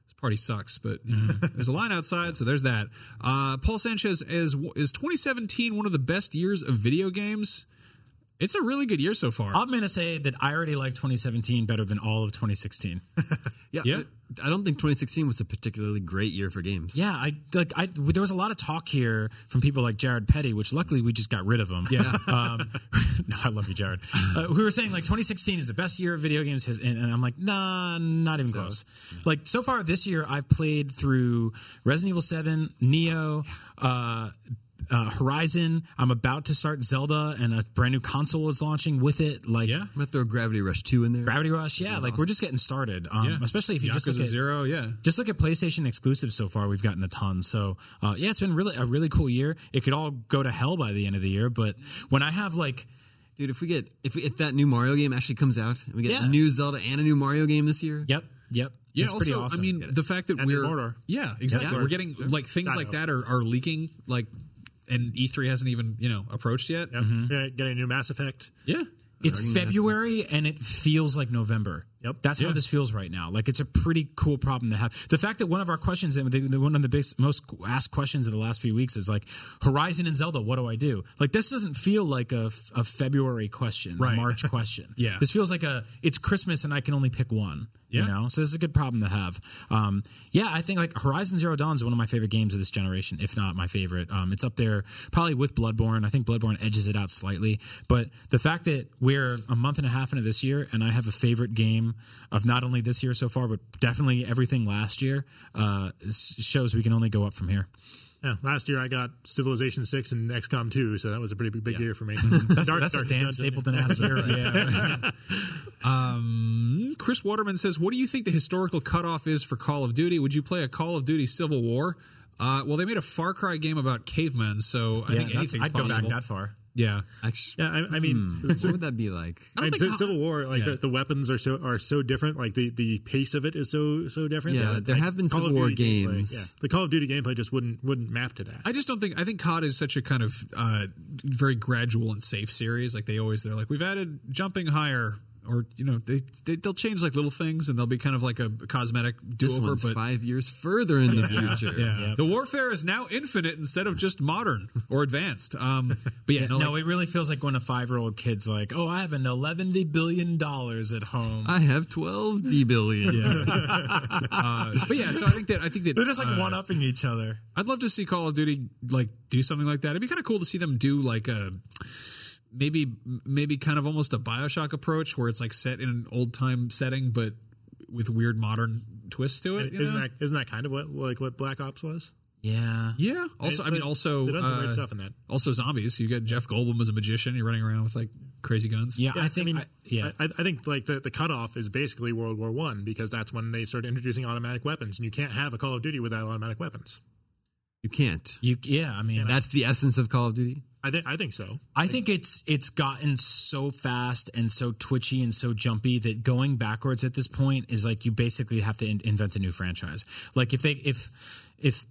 Speaker 2: "This party sucks," but you know,
Speaker 4: Mm-hmm.
Speaker 2: there's a line outside, so there's that. Uh, Paul Sanchez is is 2017 one of the best years of video games. It's a really good year so far.
Speaker 4: I'm gonna say that I already like 2017 better than all of 2016.
Speaker 3: yeah,
Speaker 2: yeah.
Speaker 3: I I don't think 2016 was a particularly great year for games.
Speaker 4: yeah, I like. I there was a lot of talk here from people like Jared Petty, which luckily we just got rid of him. Yeah. um, no, I love you, Jared. Uh, we were saying like 2016 is the best year of video games, has, and, and I'm like, nah, not even close. Like so far this year, I've played through Resident Evil 7, Neo. Uh, uh, Horizon. I'm about to start Zelda, and a brand new console is launching with it. Like,
Speaker 3: I'm gonna throw Gravity Rush 2 in there.
Speaker 4: Gravity Rush, yeah, like we're just getting started. Um, Especially if you just
Speaker 2: Yakuza
Speaker 4: look at,
Speaker 2: Zero, yeah.
Speaker 4: just look at PlayStation exclusives so far. We've gotten a ton. So uh, yeah, it's been really a really cool year. It could all go to hell by the end of the year, but when I have like
Speaker 3: Dude, if we get if we, if that new Mario game actually comes out and we get
Speaker 4: Yeah.
Speaker 3: a new Zelda and a new Mario game this year,
Speaker 4: yep, yep,
Speaker 2: Yeah,
Speaker 4: it's
Speaker 2: also,
Speaker 4: pretty awesome.
Speaker 2: I mean, the fact that
Speaker 1: And
Speaker 2: we're
Speaker 1: Immortar.
Speaker 2: yeah, exactly.
Speaker 3: Yeah.
Speaker 2: We're getting like things like that are, are leaking, like, and E3 hasn't even you know approached yet.
Speaker 1: Yep. You're gonna get a new mass effect
Speaker 2: Yeah,
Speaker 4: It's February and it feels like November.
Speaker 1: Yep.
Speaker 4: That's how
Speaker 1: Yeah.
Speaker 4: this feels right now. Like it's a pretty cool problem to have. The fact that one of our questions, and the, the one of the big, most asked questions in the last few weeks, is like Horizon and Zelda. What do I do? Like this doesn't feel like a, f- a February question, a
Speaker 2: Right.
Speaker 4: March question.
Speaker 2: Yeah.
Speaker 4: This feels like a it's Christmas and I can only pick one. You
Speaker 2: Yeah.
Speaker 4: know, so this is a good problem to have. Um, yeah, I think like Horizon Zero Dawn is one of my favorite games of this generation, if not my favorite. Um, it's up there probably with Bloodborne. I think Bloodborne edges it out slightly, but the fact that we're a month and a half into this year and I have a favorite game of not only this year so far, but definitely everything last year uh, s- shows we can only go up from here.
Speaker 1: yeah, last year i got civilization 6 and xcom 2 so that was a pretty big, big year for me
Speaker 4: That's, that's a Dan Stapleton ass year. right?
Speaker 2: Chris Waterman says, "What do you think the historical cutoff is for Call of Duty? Would you play a Call of Duty Civil War?" Uh, well, they made a Far Cry game about cavemen, so I
Speaker 4: Yeah,
Speaker 2: think
Speaker 4: that's-
Speaker 2: anything's
Speaker 4: I'd go
Speaker 2: possible.
Speaker 4: back that far.
Speaker 2: Yeah,
Speaker 3: actually,
Speaker 1: yeah i, I mean
Speaker 3: what would that be like?
Speaker 1: I mean, Ci- Civil War, like the, the weapons are so are so different. Like the, the pace of it is so so different.
Speaker 3: Yeah,
Speaker 1: like,
Speaker 3: there
Speaker 1: like,
Speaker 3: have been
Speaker 1: Call of
Speaker 3: Civil War
Speaker 1: Duty gameplay-
Speaker 3: games.
Speaker 1: yeah, the Call of Duty gameplay just wouldn't wouldn't map to that.
Speaker 2: I just don't think I think COD is such a kind of uh, very gradual and safe series. Like they always, they're like, "We've added jumping higher." Or you know they, they they'll change like little things and they'll be kind of like a cosmetic do
Speaker 3: This
Speaker 2: over,
Speaker 3: one's
Speaker 2: but
Speaker 3: five years further in the future.
Speaker 2: yeah. the warfare is now infinite instead of just modern or advanced. Um, but yeah, no,
Speaker 4: No,
Speaker 2: like-
Speaker 4: it really feels like when a five year old kid's like, "Oh, I have an eleven billion dollars at home."
Speaker 3: I have 12 D billion.
Speaker 2: but yeah. So I think that I think that
Speaker 4: They're just like
Speaker 2: uh,
Speaker 4: one upping each other.
Speaker 2: I'd love to see Call of Duty like do something like that. It'd be kind of cool to see them do like a maybe maybe kind of almost a BioShock approach where it's like set in an old time setting but with weird modern twists to it. you
Speaker 1: isn't
Speaker 2: know?
Speaker 1: that isn't that kind of what like what Black Ops was?
Speaker 4: Yeah.
Speaker 2: yeah. Also, I mean, also
Speaker 1: they done some
Speaker 2: uh,
Speaker 1: weird stuff in that.
Speaker 2: also zombies. You got Jeff Goldblum as a magician. You're running around with like Crazy Guns.
Speaker 4: Yeah, I think.
Speaker 1: mean,
Speaker 4: I- yeah,
Speaker 1: I, I think like the, the cutoff is basically World War One because that's when they started introducing automatic weapons, and you can't have a Call of Duty without automatic weapons.
Speaker 3: You can't.
Speaker 4: you. Yeah, I mean,
Speaker 3: That's the essence of Call of Duty.
Speaker 1: I think I think so.
Speaker 4: I think it's it's gotten so fast and so twitchy and so jumpy that going backwards at this point is like you basically have to in- invent a new franchise. Like if they if if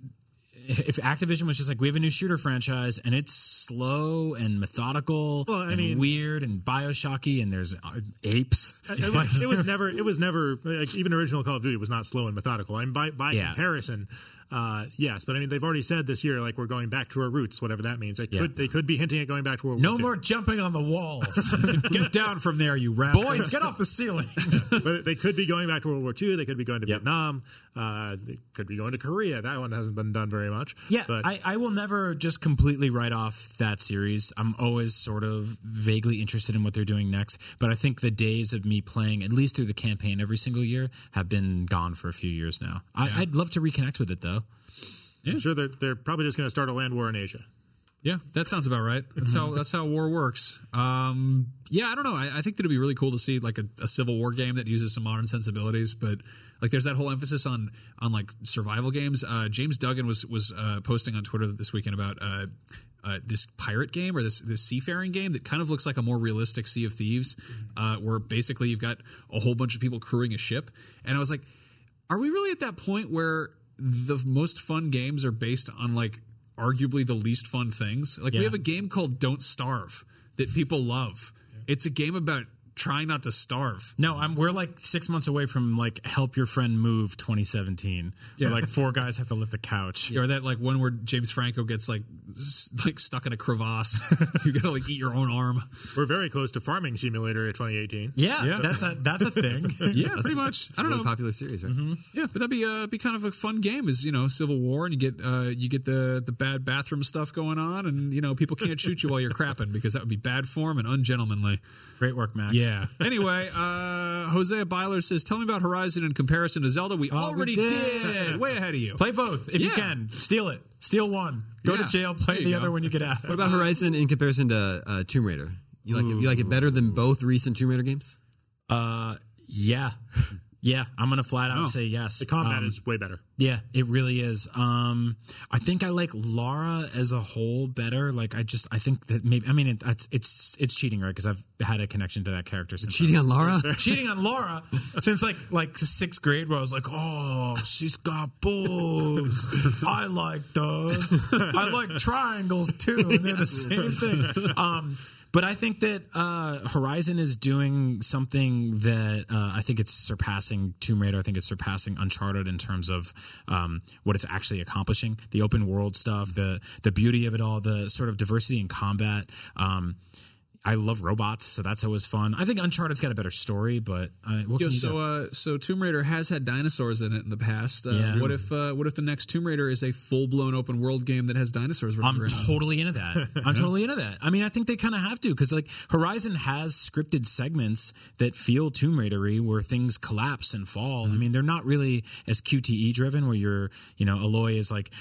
Speaker 4: if Activision was just like we have a new shooter franchise and it's slow and methodical
Speaker 1: Well, I
Speaker 4: and
Speaker 1: mean-
Speaker 4: weird and Bioshocky and there's uh, apes.
Speaker 1: It- it was, it was never. It was never. Like, even original Call of Duty was not slow and methodical. I mean, by by
Speaker 4: Yeah.
Speaker 1: comparison, uh, yes. But I mean, they've already said this year, like we're going back to our roots, whatever that means. They could they could be hinting at going back to World
Speaker 4: No
Speaker 1: War
Speaker 4: more jumping on the walls. get down from there, you rascal. Boys, get off the ceiling.
Speaker 1: II. but they could be going back to World War II. They could be going to Vietnam. Uh, they could be going to Korea. That one hasn't been done very much.
Speaker 4: Yeah,
Speaker 1: but
Speaker 4: I, I will never just completely write off that series. I'm always sort of vaguely interested in what they're doing next. But I think the days of me playing, at least through the campaign every single year, have been gone for a few years now. I, I'd love to reconnect with it, though.
Speaker 1: I'm sure they're they're probably just going to start a land war in Asia.
Speaker 2: Yeah, that sounds about right. That's
Speaker 4: Mm-hmm.
Speaker 2: how that's how war works. Um, yeah, I don't know. I, I think that it'd be really cool to see like a, a civil war game that uses some modern sensibilities, but like there's that whole emphasis on on like survival games. Uh, James Duggan was was uh, posting on Twitter this weekend about uh, uh, this pirate game or this this seafaring game that kind of looks like a more realistic Sea of Thieves,
Speaker 4: Mm-hmm.
Speaker 2: uh, where basically you've got a whole bunch of people crewing a ship, and I was like, are we really at that point where the most fun games are based on like arguably the least fun things? Like we have a game called Don't Starve that people love. It's a game about trying not to starve.
Speaker 4: No, I'm, we're like six months away from like Help Your Friend Move 2017. Yeah. like four guys have to lift a couch.
Speaker 2: Or that like one where James Franco gets like s- like stuck in a crevasse. you gotta like eat your own arm.
Speaker 1: We're very close to Farming Simulator at 2018.
Speaker 4: Yeah, that's a that's a thing.
Speaker 2: Yeah, pretty much. I don't
Speaker 3: really
Speaker 2: know.
Speaker 3: popular series, right?
Speaker 2: Yeah, but that'd be uh, be kind of a fun game. Is you know Civil War, and you get uh, you get the the bad bathroom stuff going on, and you know people can't shoot you while you're crapping because that would be bad form and ungentlemanly.
Speaker 4: Great work, Max.
Speaker 2: Yeah. anyway, uh, Hosea Byler says, "Tell me about Horizon in comparison to Zelda." We already
Speaker 4: Oh, did.
Speaker 2: did. Way ahead of you.
Speaker 4: Play both if you
Speaker 2: Yeah.
Speaker 4: can. Steal it. Steal one. Go to
Speaker 2: Yeah.
Speaker 4: jail. Play
Speaker 2: There you
Speaker 4: the
Speaker 2: go.
Speaker 4: other when you get out.
Speaker 3: What about Horizon in comparison to uh, Tomb Raider? You like it? You like it better than both recent Tomb Raider games?
Speaker 4: Yeah. Yeah, I'm gonna flat out say yes.
Speaker 1: The combat
Speaker 4: Um,
Speaker 1: is way better.
Speaker 4: yeah, it really is. Um, I think I like Lara as a whole better. Like, I just I think that maybe I mean it, it's it's it's cheating right because I've had a connection to that character since I
Speaker 3: Cheating
Speaker 4: was-
Speaker 3: on Lara?
Speaker 4: cheating on Laura since like like sixth grade, where I was like, oh, she's got boobs. I like those. I like triangles too, and they're the same thing. Um, but I think that uh, Horizon is doing something that uh, I think it's surpassing Tomb Raider. I think it's surpassing Uncharted in terms of um, what it's actually accomplishing. The open world stuff, the the beauty of it all, the sort of diversity in combat. Um, I love robots, so that's always fun. I think Uncharted's got a better story, but uh, what
Speaker 2: Yo,
Speaker 4: can you
Speaker 2: so
Speaker 4: do?
Speaker 2: uh, so Tomb Raider has had dinosaurs in it in the past. Uh,
Speaker 4: Yeah.
Speaker 2: What if uh, what if the next Tomb Raider is a full blown open world game that has dinosaurs? running
Speaker 4: I'm
Speaker 2: around?
Speaker 4: totally into that. I'm totally into that. I mean, I think they kind of have to because like Horizon has scripted segments that feel Tomb Raidery, where things collapse and fall.
Speaker 2: Mm-hmm.
Speaker 4: I mean, they're not really as QTE driven, where you're, you know, Aloy is like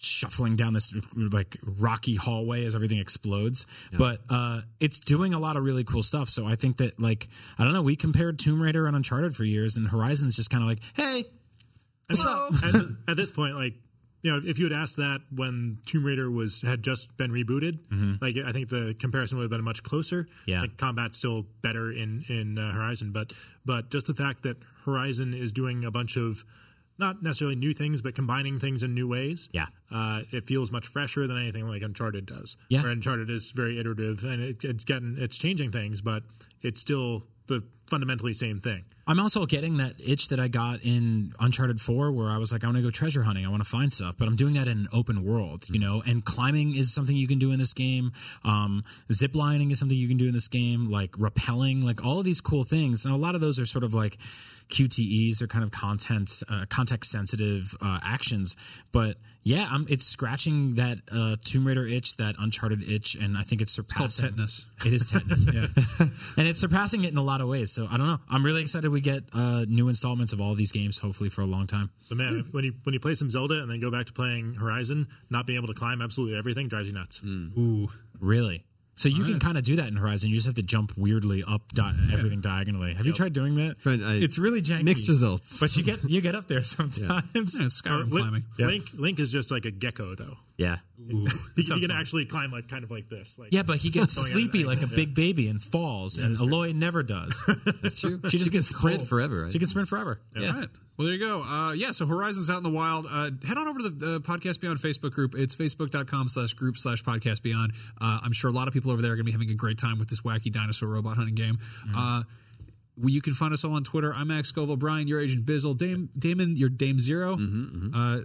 Speaker 4: shuffling down this like rocky hallway as everything explodes. But uh, it's doing a lot of really cool stuff. So I think that like I don't know, we compared Tomb Raider and Uncharted for years, and Horizon's just kind of like, hey, what's up?
Speaker 1: at, at this point, like you know, if you had asked that when Tomb Raider was had just been rebooted, like I think the comparison would have been much closer.
Speaker 4: Mm-hmm. Yeah.
Speaker 1: like, combat's still better in in uh, Horizon, but but just the fact that Horizon is doing a bunch of not necessarily new things, but combining things in new ways.
Speaker 4: Yeah.
Speaker 1: uh, it feels much fresher than anything like Uncharted does.
Speaker 4: Yeah.
Speaker 1: where Uncharted is very iterative and it, it's getting it's changing things, but it's still the fundamentally same thing.
Speaker 4: I'm also getting that itch that I got in Uncharted 4 where I was like, I want to go treasure hunting. I want to find stuff, but I'm doing that in an open world, you know, and climbing is something you can do in this game. Um, zip lining is something you can do in this game, like rappelling, like all of these cool things. And a lot of those are sort of like QTEs. They're kind of content, uh, context sensitive, uh, actions, but yeah, i it's scratching that, uh, Tomb Raider itch, that Uncharted itch. And I think it's surpassing.
Speaker 2: tetanus.
Speaker 4: It is tetanus, yeah. and it's surpassing it in a lot of ways. So I don't know. I'm really excited we get uh, new installments of all these games, hopefully for a long time.
Speaker 1: But man, if- when you when you play some Zelda and then
Speaker 3: Hmm.
Speaker 1: go back to playing Horizon, not being able to climb absolutely everything drives you nuts.
Speaker 4: Really? So you can kind of do that in Horizon. You just have to jump weirdly up di- everything diagonally. Have you tried doing that?
Speaker 3: Friend, I-
Speaker 4: it's really janky.
Speaker 3: mixed results.
Speaker 4: But you get you get up there sometimes.
Speaker 1: Or
Speaker 2: Skyrim
Speaker 1: Link,
Speaker 2: climbing.
Speaker 1: Link Link is just like a gecko though.
Speaker 3: Yeah.
Speaker 1: He, he can actually climb like kind of like this. Like
Speaker 4: Yeah, but he
Speaker 3: Oh,
Speaker 4: gets
Speaker 1: Going at an
Speaker 4: sleepy like a
Speaker 1: angle, yeah.
Speaker 4: big baby and falls, and Aloy never does.
Speaker 3: That's true.
Speaker 4: She just
Speaker 3: can
Speaker 4: gets
Speaker 3: sprint
Speaker 4: cold.
Speaker 3: forever. Right?
Speaker 4: She can sprint forever.
Speaker 3: Yeah.
Speaker 2: All right. Well, there you go. Uh, yeah, so Horizon's out in the wild. Uh, head on over to the uh, Podcast Beyond Facebook group. It's facebook.com slash group slash podcast beyond. Uh, I'm sure a lot of people over there are going to be having a great time with this wacky dinosaur robot hunting game. Uh, we, you can find us all on Twitter. I'm Max Scoville. Brian, your Agent Bizzle. Dame, Damon, your Dame 0 Uh,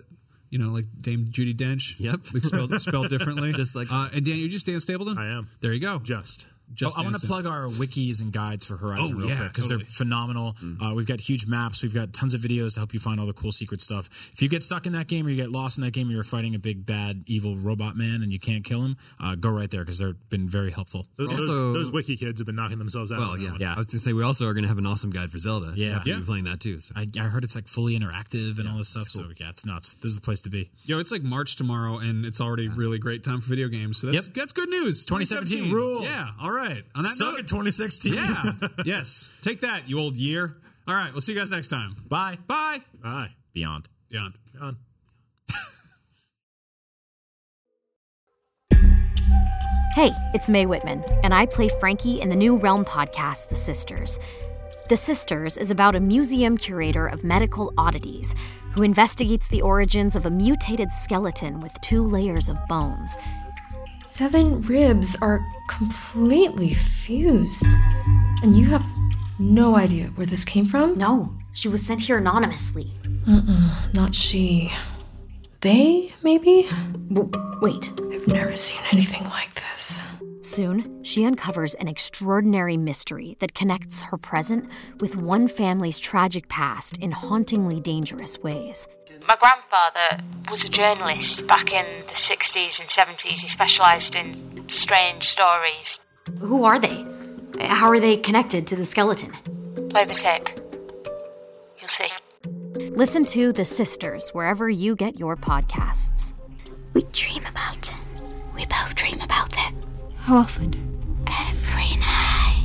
Speaker 2: you know, like Dame Judy Dench.
Speaker 3: Yep.
Speaker 2: Like spelled, spelled differently.
Speaker 3: Just like-
Speaker 2: Uh, and Dan, you're just Dan Stapleton?
Speaker 1: I am.
Speaker 2: There you go.
Speaker 1: just
Speaker 2: Just
Speaker 4: oh, I
Speaker 2: Dan
Speaker 4: want to
Speaker 2: Stapleton.
Speaker 4: plug our wikis and guides for Horizon
Speaker 2: Oh,
Speaker 4: real
Speaker 2: yeah,
Speaker 4: quick because they're
Speaker 2: totally. Mm-hmm.
Speaker 4: phenomenal. Uh, we've got huge maps. We've got tons of videos to help you find all the cool secret stuff. If you get stuck in that game or you get lost in that game, you're fighting a big bad evil robot man and you can't kill him. Uh, go right there because they've been very helpful.
Speaker 1: those,
Speaker 3: Also-
Speaker 1: those wiki kids have been knocking themselves out.
Speaker 3: Well,
Speaker 1: on that
Speaker 3: yeah.
Speaker 1: one.
Speaker 3: I was going to say, we also are going to have an awesome guide for Zelda.
Speaker 4: Yeah.
Speaker 3: Happen to
Speaker 4: Yeah.
Speaker 3: be playing that too. So.
Speaker 4: I, I heard it's like fully interactive and all this stuff. So yeah, it's nuts. This is the place to be.
Speaker 2: Yo, it's like March tomorrow, and it's already really great time for video games. So that's,
Speaker 4: Yep.
Speaker 2: that's good news.
Speaker 4: 2017
Speaker 2: 2017
Speaker 4: rules.
Speaker 2: Yeah. All right. On that
Speaker 4: Suck
Speaker 2: note,
Speaker 4: at 2016.
Speaker 2: yeah. yes. Take that, you old year. All right. We'll see you guys next time.
Speaker 4: Bye.
Speaker 2: Bye.
Speaker 1: Aye.
Speaker 4: Beyond.
Speaker 2: Beyond.
Speaker 1: John.
Speaker 7: Hey, it's Mae Whitman, and I play Frankie in the new Realm podcast, The Sisters. The Sisters is about a museum curator of medical oddities who investigates the origins of a mutated skeleton with two layers of bones.
Speaker 8: Seven ribs are completely fused. And you have no idea where this came from?
Speaker 7: No, she was sent here anonymously.
Speaker 8: Not she. They, maybe?
Speaker 7: W- wait.
Speaker 8: I've never seen anything like this.
Speaker 7: Soon, she uncovers an extraordinary mystery that connects her present with one family's tragic past in hauntingly dangerous ways.
Speaker 9: My grandfather Uh, was a journalist back in the 60s and 70s. He specialised in strange stories.
Speaker 7: Who are they? How are they connected to the skeleton?
Speaker 9: Play the tape. You'll see.
Speaker 7: Listen to The Sisters wherever you get your podcasts. We dream about it. We both dream about it. How often? Every night.